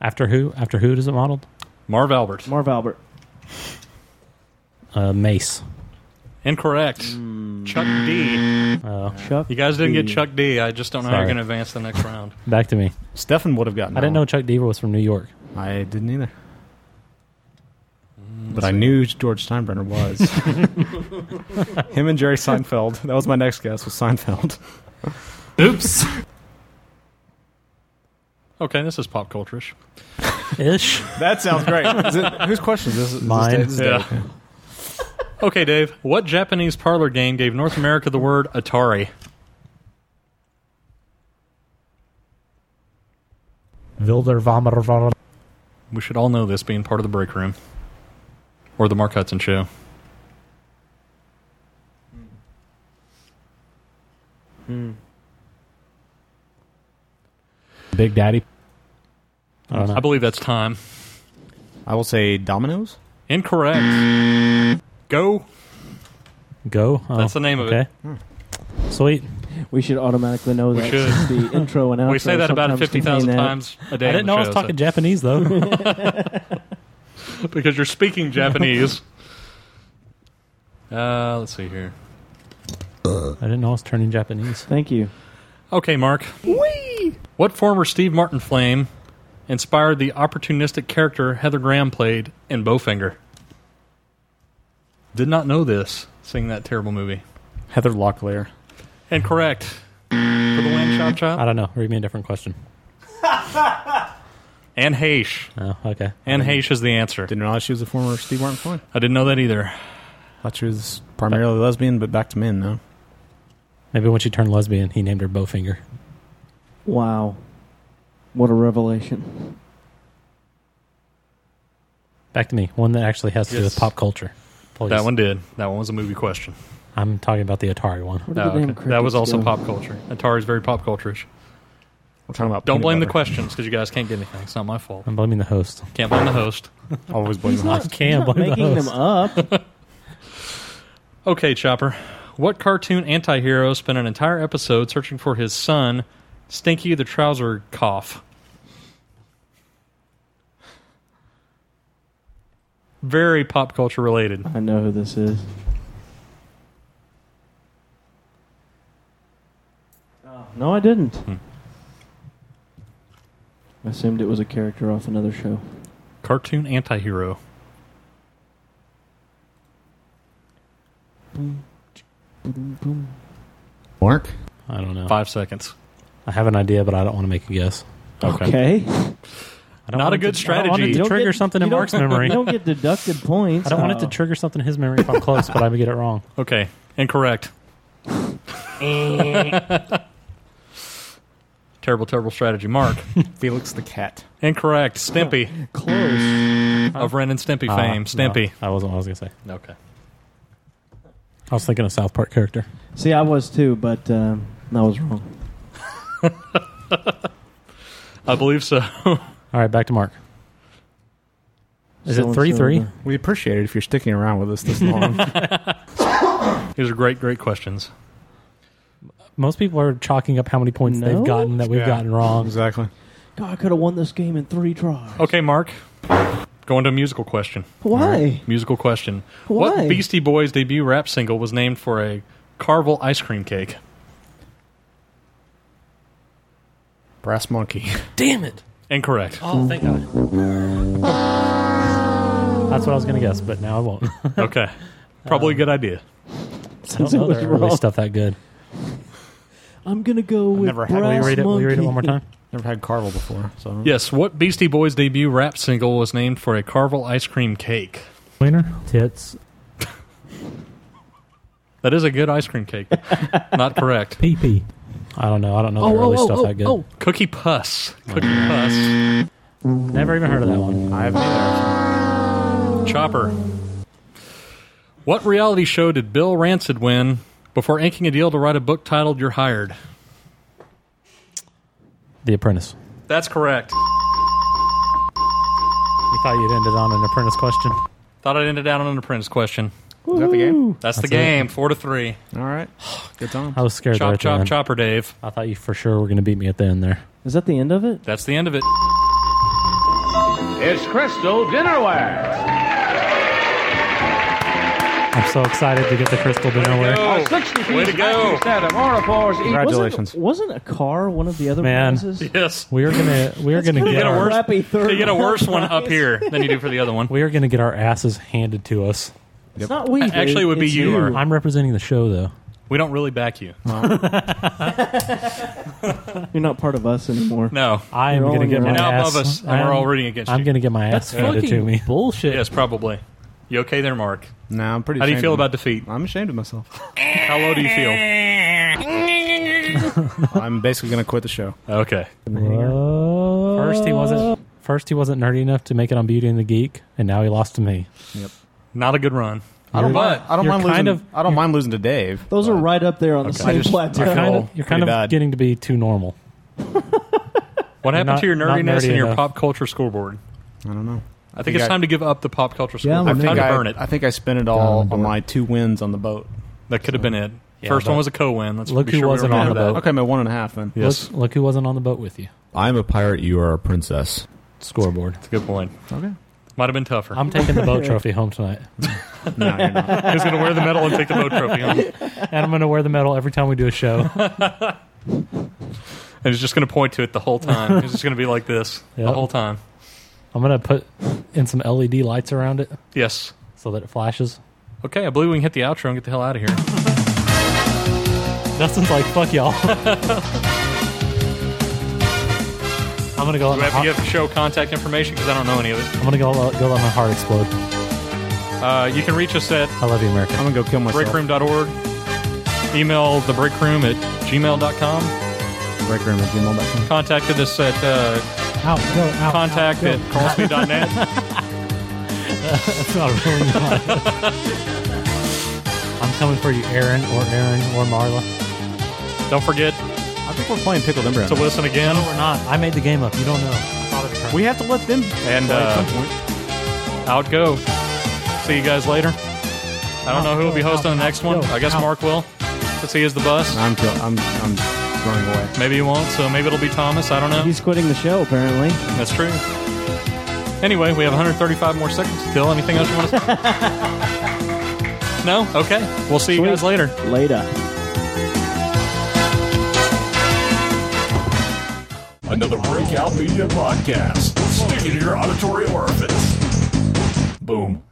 [SPEAKER 10] after who? After who does it modeled?
[SPEAKER 8] Marv Albert.
[SPEAKER 7] Marv Albert.
[SPEAKER 10] Uh, Mace.
[SPEAKER 8] Incorrect. Chuck D.
[SPEAKER 10] Oh,
[SPEAKER 7] Chuck.
[SPEAKER 8] You guys didn't get
[SPEAKER 10] D.
[SPEAKER 8] Chuck D. I just don't know how you're
[SPEAKER 10] Sorry.
[SPEAKER 8] going to advance the next round.
[SPEAKER 10] Back to me.
[SPEAKER 4] Stefan would have gotten.
[SPEAKER 10] I didn't know Chuck Deaver was from New York.
[SPEAKER 4] I didn't either. But I knew George Steinbrenner was. *laughs* Him and Jerry Seinfeld. That was my next guess. Was Seinfeld?
[SPEAKER 10] Oops.
[SPEAKER 8] Okay, this is pop culture-ish.
[SPEAKER 10] Ish.
[SPEAKER 4] That sounds great. *laughs* Is it, whose question is this? Is this
[SPEAKER 10] Mine.
[SPEAKER 4] Dave- this is Dave.
[SPEAKER 8] Yeah. Okay, Dave. What Japanese parlor game gave North America the word Atari?
[SPEAKER 20] Wilder Vomiter.
[SPEAKER 8] We should all know this being part of the break room or the Mark Hudson show.
[SPEAKER 20] Big Daddy.
[SPEAKER 10] I don't know.
[SPEAKER 8] I believe that's time.
[SPEAKER 4] I will say Dominoes.
[SPEAKER 8] Incorrect. Go.
[SPEAKER 10] Go. Oh,
[SPEAKER 8] That's the name of it. Hmm.
[SPEAKER 10] okay. Sweet.
[SPEAKER 7] We should automatically know
[SPEAKER 8] We
[SPEAKER 7] that
[SPEAKER 8] should.
[SPEAKER 7] since the intro and outro.
[SPEAKER 8] We say that about
[SPEAKER 7] sometimes
[SPEAKER 8] 50,000
[SPEAKER 7] contain that.
[SPEAKER 8] times a day.
[SPEAKER 10] I
[SPEAKER 8] on
[SPEAKER 10] didn't
[SPEAKER 8] the
[SPEAKER 10] know I was
[SPEAKER 8] show,
[SPEAKER 10] talking Japanese *laughs* though.
[SPEAKER 8] so- because you're speaking *laughs* Japanese. uh, let's see here.
[SPEAKER 10] I didn't know I was turning Japanese.
[SPEAKER 7] *laughs* Thank you.
[SPEAKER 8] Okay, Mark. What former Steve Martin flame inspired the opportunistic character Heather Graham played in Bowfinger? Did not know this, seeing that terrible movie.
[SPEAKER 4] Heather Locklear.
[SPEAKER 8] Incorrect. For the win, Chop Chop.
[SPEAKER 10] I don't know. Read me a different question.
[SPEAKER 8] Anne Heche.
[SPEAKER 10] Oh, okay.
[SPEAKER 8] Anne Heche is the answer.
[SPEAKER 4] Didn't realize she was a former Steve Martin fan.
[SPEAKER 8] I didn't know that either.
[SPEAKER 4] Thought she was primarily lesbian, but back to men now.
[SPEAKER 10] Maybe when she turned lesbian, he named her Bowfinger.
[SPEAKER 7] Wow. What a revelation.
[SPEAKER 10] Back to me. One that actually has to do
[SPEAKER 8] Yes.
[SPEAKER 10] with pop culture. Please.
[SPEAKER 8] That one did. That one was a movie question.
[SPEAKER 10] I'm talking about the Atari one.
[SPEAKER 7] Where did
[SPEAKER 8] Oh,
[SPEAKER 7] the damn
[SPEAKER 8] okay. That was
[SPEAKER 7] crickets
[SPEAKER 8] also
[SPEAKER 7] go?
[SPEAKER 8] pop culture. Atari's very pop culture-ish.
[SPEAKER 4] We're talking about.
[SPEAKER 8] Don't
[SPEAKER 4] peanut
[SPEAKER 8] blame the
[SPEAKER 4] butter.
[SPEAKER 8] questions because you guys can't get anything. It's not my fault.
[SPEAKER 10] I'm blaming the
[SPEAKER 7] *laughs*
[SPEAKER 10] host.
[SPEAKER 8] Can't blame the host.
[SPEAKER 4] Always blame the
[SPEAKER 10] I
[SPEAKER 4] host.
[SPEAKER 10] can't
[SPEAKER 7] Not
[SPEAKER 10] blame the
[SPEAKER 7] making
[SPEAKER 10] host.
[SPEAKER 7] them up.
[SPEAKER 8] Okay, Chopper. What cartoon anti-hero spent an entire episode searching for his son, Stinky the Trouser Cough? Very pop culture related.
[SPEAKER 7] I know who this is. Oh, No, I didn't.
[SPEAKER 10] Hmm.
[SPEAKER 7] I assumed it was a character off another show.
[SPEAKER 8] Cartoon anti-hero.
[SPEAKER 4] Mark.
[SPEAKER 10] I don't know.
[SPEAKER 8] Five seconds.
[SPEAKER 10] I have an idea, but I don't want to make a guess.
[SPEAKER 8] Okay.
[SPEAKER 7] Okay.
[SPEAKER 10] I don't
[SPEAKER 8] Not
[SPEAKER 10] want
[SPEAKER 8] a
[SPEAKER 10] it
[SPEAKER 8] good
[SPEAKER 10] to- I don't want it
[SPEAKER 8] strategy.
[SPEAKER 10] to
[SPEAKER 7] You don't
[SPEAKER 10] trigger
[SPEAKER 7] get-
[SPEAKER 10] something in
[SPEAKER 7] you don't-
[SPEAKER 10] Mark's memory.
[SPEAKER 7] *laughs* You don't get deducted points.
[SPEAKER 10] I don't want it to
[SPEAKER 7] Oh.
[SPEAKER 10] trigger something in his memory if I'm close, but I would get it
[SPEAKER 8] *laughs*
[SPEAKER 10] wrong.
[SPEAKER 8] Okay. Incorrect. *laughs* terrible, terrible strategy. Mark.
[SPEAKER 4] Felix the cat.
[SPEAKER 8] Incorrect. Stimpy
[SPEAKER 7] Oh. Close.
[SPEAKER 8] of Ren and Stimpy
[SPEAKER 4] Ah,
[SPEAKER 10] Uh,
[SPEAKER 8] fame. Stimpy.
[SPEAKER 10] no, that wasn't what I was going to say.
[SPEAKER 8] Okay.
[SPEAKER 10] I was thinking a South Park character.
[SPEAKER 7] See, I was too, but um, I was wrong.
[SPEAKER 8] I believe so.
[SPEAKER 10] All right, back to Mark.
[SPEAKER 4] Is
[SPEAKER 10] So
[SPEAKER 4] it
[SPEAKER 10] and
[SPEAKER 4] three
[SPEAKER 10] so
[SPEAKER 4] three?
[SPEAKER 10] the-
[SPEAKER 4] We appreciate it if you're sticking around with us *laughs* this long.
[SPEAKER 8] *laughs* These are great, great questions.
[SPEAKER 10] Most people are chalking up how many points
[SPEAKER 7] No?
[SPEAKER 10] they've gotten that we've
[SPEAKER 7] Yeah,
[SPEAKER 10] gotten wrong. Exactly.
[SPEAKER 7] God, I could have won this game in three tries.
[SPEAKER 8] Okay, Mark. Going to a musical question.
[SPEAKER 7] Why?
[SPEAKER 8] All Musical question. What
[SPEAKER 7] Why?
[SPEAKER 8] Beastie Boys debut rap single was named for a Carvel ice cream cake?
[SPEAKER 4] Brass monkey.
[SPEAKER 10] Damn it.
[SPEAKER 8] Incorrect.
[SPEAKER 10] Oh, thank God. That's what I was going to guess, but now I won't.
[SPEAKER 8] Okay. Probably a good idea.
[SPEAKER 10] I don't know their early stuff that good.
[SPEAKER 7] I'm gonna go with
[SPEAKER 4] never
[SPEAKER 10] had- will you
[SPEAKER 7] brass
[SPEAKER 10] read it- will you read it one more
[SPEAKER 7] monkey.
[SPEAKER 10] time?
[SPEAKER 4] Never had Carvel before, so I don't know.
[SPEAKER 8] Yes. What Beastie Boys debut rap single was named for a Carvel ice cream cake?
[SPEAKER 20] Wiener, tits,
[SPEAKER 8] That is a good ice cream
[SPEAKER 10] *laughs*
[SPEAKER 8] cake. Not correct.
[SPEAKER 20] pee pee.
[SPEAKER 10] I don't know. I don't know
[SPEAKER 8] Oh,
[SPEAKER 10] their
[SPEAKER 8] oh,
[SPEAKER 10] early
[SPEAKER 8] oh,
[SPEAKER 10] stuff
[SPEAKER 8] oh,
[SPEAKER 10] that good.
[SPEAKER 8] oh. Cookie Puss. Cookie Puss.
[SPEAKER 10] Never even heard of that one.
[SPEAKER 4] I have neither.
[SPEAKER 8] Chopper. What reality show did Bill Rancid win before inking a deal to write a book titled You're Hired?
[SPEAKER 10] The Apprentice.
[SPEAKER 8] That's correct.
[SPEAKER 10] You thought you'd ended on an Apprentice question?
[SPEAKER 8] Thought I'd end it down on an apprentice question.
[SPEAKER 4] Is that the game?
[SPEAKER 8] That's, the
[SPEAKER 10] That's it.
[SPEAKER 8] game. Four to three.
[SPEAKER 4] All
[SPEAKER 7] *sighs*
[SPEAKER 4] right. Good time.
[SPEAKER 10] I was scared.
[SPEAKER 8] Chop,
[SPEAKER 10] there at the
[SPEAKER 8] chop,
[SPEAKER 10] end.
[SPEAKER 8] chopper, Dave.
[SPEAKER 10] I thought you for sure were going to beat me at the end there.
[SPEAKER 7] Is that the end of it?
[SPEAKER 8] That's the end of it.
[SPEAKER 22] It's Crystal Dinnerware.
[SPEAKER 10] I'm so excited to get the crystal dinnerware.
[SPEAKER 22] A 60 piece
[SPEAKER 8] way to go.
[SPEAKER 22] matching set of Oripore's Eaten-
[SPEAKER 4] Congratulations.
[SPEAKER 7] Wasn't, wasn't a car one of the other
[SPEAKER 10] Man.
[SPEAKER 7] prizes?
[SPEAKER 8] Yes.
[SPEAKER 10] We are gonna we are
[SPEAKER 7] That's
[SPEAKER 10] gonna
[SPEAKER 7] kinda
[SPEAKER 10] get,
[SPEAKER 8] You get a
[SPEAKER 10] our,
[SPEAKER 8] worse,
[SPEAKER 7] Crappy third
[SPEAKER 8] you get a worse one
[SPEAKER 7] prize.
[SPEAKER 8] up here than you do for the
[SPEAKER 10] *laughs*
[SPEAKER 8] other one.
[SPEAKER 10] we are gonna get our asses handed to us.
[SPEAKER 7] It's not we. dude.
[SPEAKER 8] Actually, it would be
[SPEAKER 7] It's
[SPEAKER 8] you, Art.
[SPEAKER 10] I'm representing the show though.
[SPEAKER 8] We don't really back you.
[SPEAKER 7] You're not part of us anymore.
[SPEAKER 8] No.
[SPEAKER 10] I am
[SPEAKER 7] You're all
[SPEAKER 10] gonna
[SPEAKER 7] on
[SPEAKER 10] get
[SPEAKER 7] your
[SPEAKER 10] my
[SPEAKER 8] You're
[SPEAKER 7] own.
[SPEAKER 8] now
[SPEAKER 10] ass.
[SPEAKER 8] above us, and
[SPEAKER 10] I'm,
[SPEAKER 8] we're all rooting against
[SPEAKER 10] I'm
[SPEAKER 8] you.
[SPEAKER 10] gonna get my ass handed to me.
[SPEAKER 7] bullshit.
[SPEAKER 8] Yes, probably. You okay there, Mark?
[SPEAKER 4] No, I'm pretty
[SPEAKER 8] How do you
[SPEAKER 4] ashamed
[SPEAKER 8] feel
[SPEAKER 4] of-
[SPEAKER 8] about defeat?
[SPEAKER 4] I'm ashamed of myself.
[SPEAKER 8] How low do you feel?
[SPEAKER 4] I'm basically going to quit the show.
[SPEAKER 8] Okay.
[SPEAKER 10] First he wasn't first he wasn't nerdy enough to make it on Beauty and the Geek, and now he lost to me.
[SPEAKER 8] Not a good run.
[SPEAKER 4] I don't mind. I don't
[SPEAKER 10] you're
[SPEAKER 4] mind losing.
[SPEAKER 10] kind of-
[SPEAKER 4] I don't mind losing to Dave.
[SPEAKER 7] Those are right up there on the
[SPEAKER 4] I
[SPEAKER 7] same
[SPEAKER 4] just-
[SPEAKER 7] plateau.
[SPEAKER 4] I
[SPEAKER 10] *laughs* You're kind of
[SPEAKER 4] feel
[SPEAKER 10] you're kind
[SPEAKER 4] pretty
[SPEAKER 10] of
[SPEAKER 4] bad.
[SPEAKER 10] getting to be too normal.
[SPEAKER 8] What happened
[SPEAKER 10] Not-
[SPEAKER 8] to your
[SPEAKER 10] not
[SPEAKER 8] nerdiness
[SPEAKER 10] nerdy
[SPEAKER 8] and your
[SPEAKER 10] enough.
[SPEAKER 8] pop culture scoreboard?
[SPEAKER 4] I don't know.
[SPEAKER 8] I think it's time to give up the pop culture
[SPEAKER 7] Yeah, I'm
[SPEAKER 8] scoreboard.
[SPEAKER 4] I think
[SPEAKER 8] time
[SPEAKER 4] I,
[SPEAKER 8] to burn it.
[SPEAKER 4] I think I spent it all on my two wins on the boat.
[SPEAKER 8] that could have been it. First
[SPEAKER 10] but
[SPEAKER 8] one was a co-win. Let's
[SPEAKER 10] look
[SPEAKER 8] be
[SPEAKER 10] who
[SPEAKER 8] sure we
[SPEAKER 10] wasn't
[SPEAKER 8] remember
[SPEAKER 10] on the
[SPEAKER 8] that.
[SPEAKER 10] boat.
[SPEAKER 4] Okay, my one and a half then.
[SPEAKER 8] Yes,
[SPEAKER 10] Look, look who wasn't on the boat with you.
[SPEAKER 23] I'm a pirate, you are a princess.
[SPEAKER 10] Scoreboard.
[SPEAKER 8] that's a good point.
[SPEAKER 4] Okay.
[SPEAKER 8] Might have been tougher.
[SPEAKER 10] I'm taking the
[SPEAKER 8] *laughs*
[SPEAKER 10] boat trophy home tonight,
[SPEAKER 4] No, you're not.
[SPEAKER 8] Who's going to wear the medal and take the boat trophy home?
[SPEAKER 10] *laughs* and I'm going to wear the medal every time we do a
[SPEAKER 8] *laughs*
[SPEAKER 10] show.
[SPEAKER 8] And he's just going to point to it the
[SPEAKER 4] *laughs*
[SPEAKER 8] whole time. He's just going to be like this the
[SPEAKER 10] Yep.
[SPEAKER 8] whole time.
[SPEAKER 10] I'm going to put in some LED lights around it
[SPEAKER 8] Yes.
[SPEAKER 10] so that it flashes.
[SPEAKER 8] Okay, I believe we can hit the outro and get the hell out of here.
[SPEAKER 10] Dustin's like, "Fuck y'all." *laughs* I'm gonna go. Let
[SPEAKER 8] Do
[SPEAKER 10] my
[SPEAKER 8] I have to
[SPEAKER 10] heart,
[SPEAKER 8] give show contact information because I don't know any of it.
[SPEAKER 10] I'm gonna go. Let, go let my heart explode.
[SPEAKER 8] Uh, you can reach us at
[SPEAKER 10] I love you, America.
[SPEAKER 4] I'm gonna go kill myself.
[SPEAKER 8] breakroom.org. Email thebreakroom at gmail.com.
[SPEAKER 4] Break room at gmail.com.
[SPEAKER 8] Contacted us at uh,
[SPEAKER 10] Out, go, out.
[SPEAKER 8] contact at
[SPEAKER 4] *laughs*
[SPEAKER 8] callsme.net.
[SPEAKER 10] That's not really mine. I'm coming for you, Aaron or Aaron or Marla.
[SPEAKER 8] don't forget
[SPEAKER 4] I think we're playing pickled embryo.
[SPEAKER 8] to listen again.
[SPEAKER 10] We're not. I made the game up. You don't know. I thought it was her.
[SPEAKER 4] we have to let them.
[SPEAKER 8] And uh, out go. See you guys later. I don't know who will be hosting the next one. I guess Mark will. Since he is the bus.
[SPEAKER 4] I'm kill- I'm I'm running away.
[SPEAKER 8] Maybe he won't, so maybe it'll be Thomas. I don't know.
[SPEAKER 7] He's quitting the show, apparently.
[SPEAKER 8] That's true. Anyway, we have 135 more seconds to kill. Anything else you want to say? no? Okay. We'll see you
[SPEAKER 7] Sweet.
[SPEAKER 8] guys later.
[SPEAKER 7] Later.
[SPEAKER 1] Another Breakout Media podcast. Sting in your auditory orifice. Boom.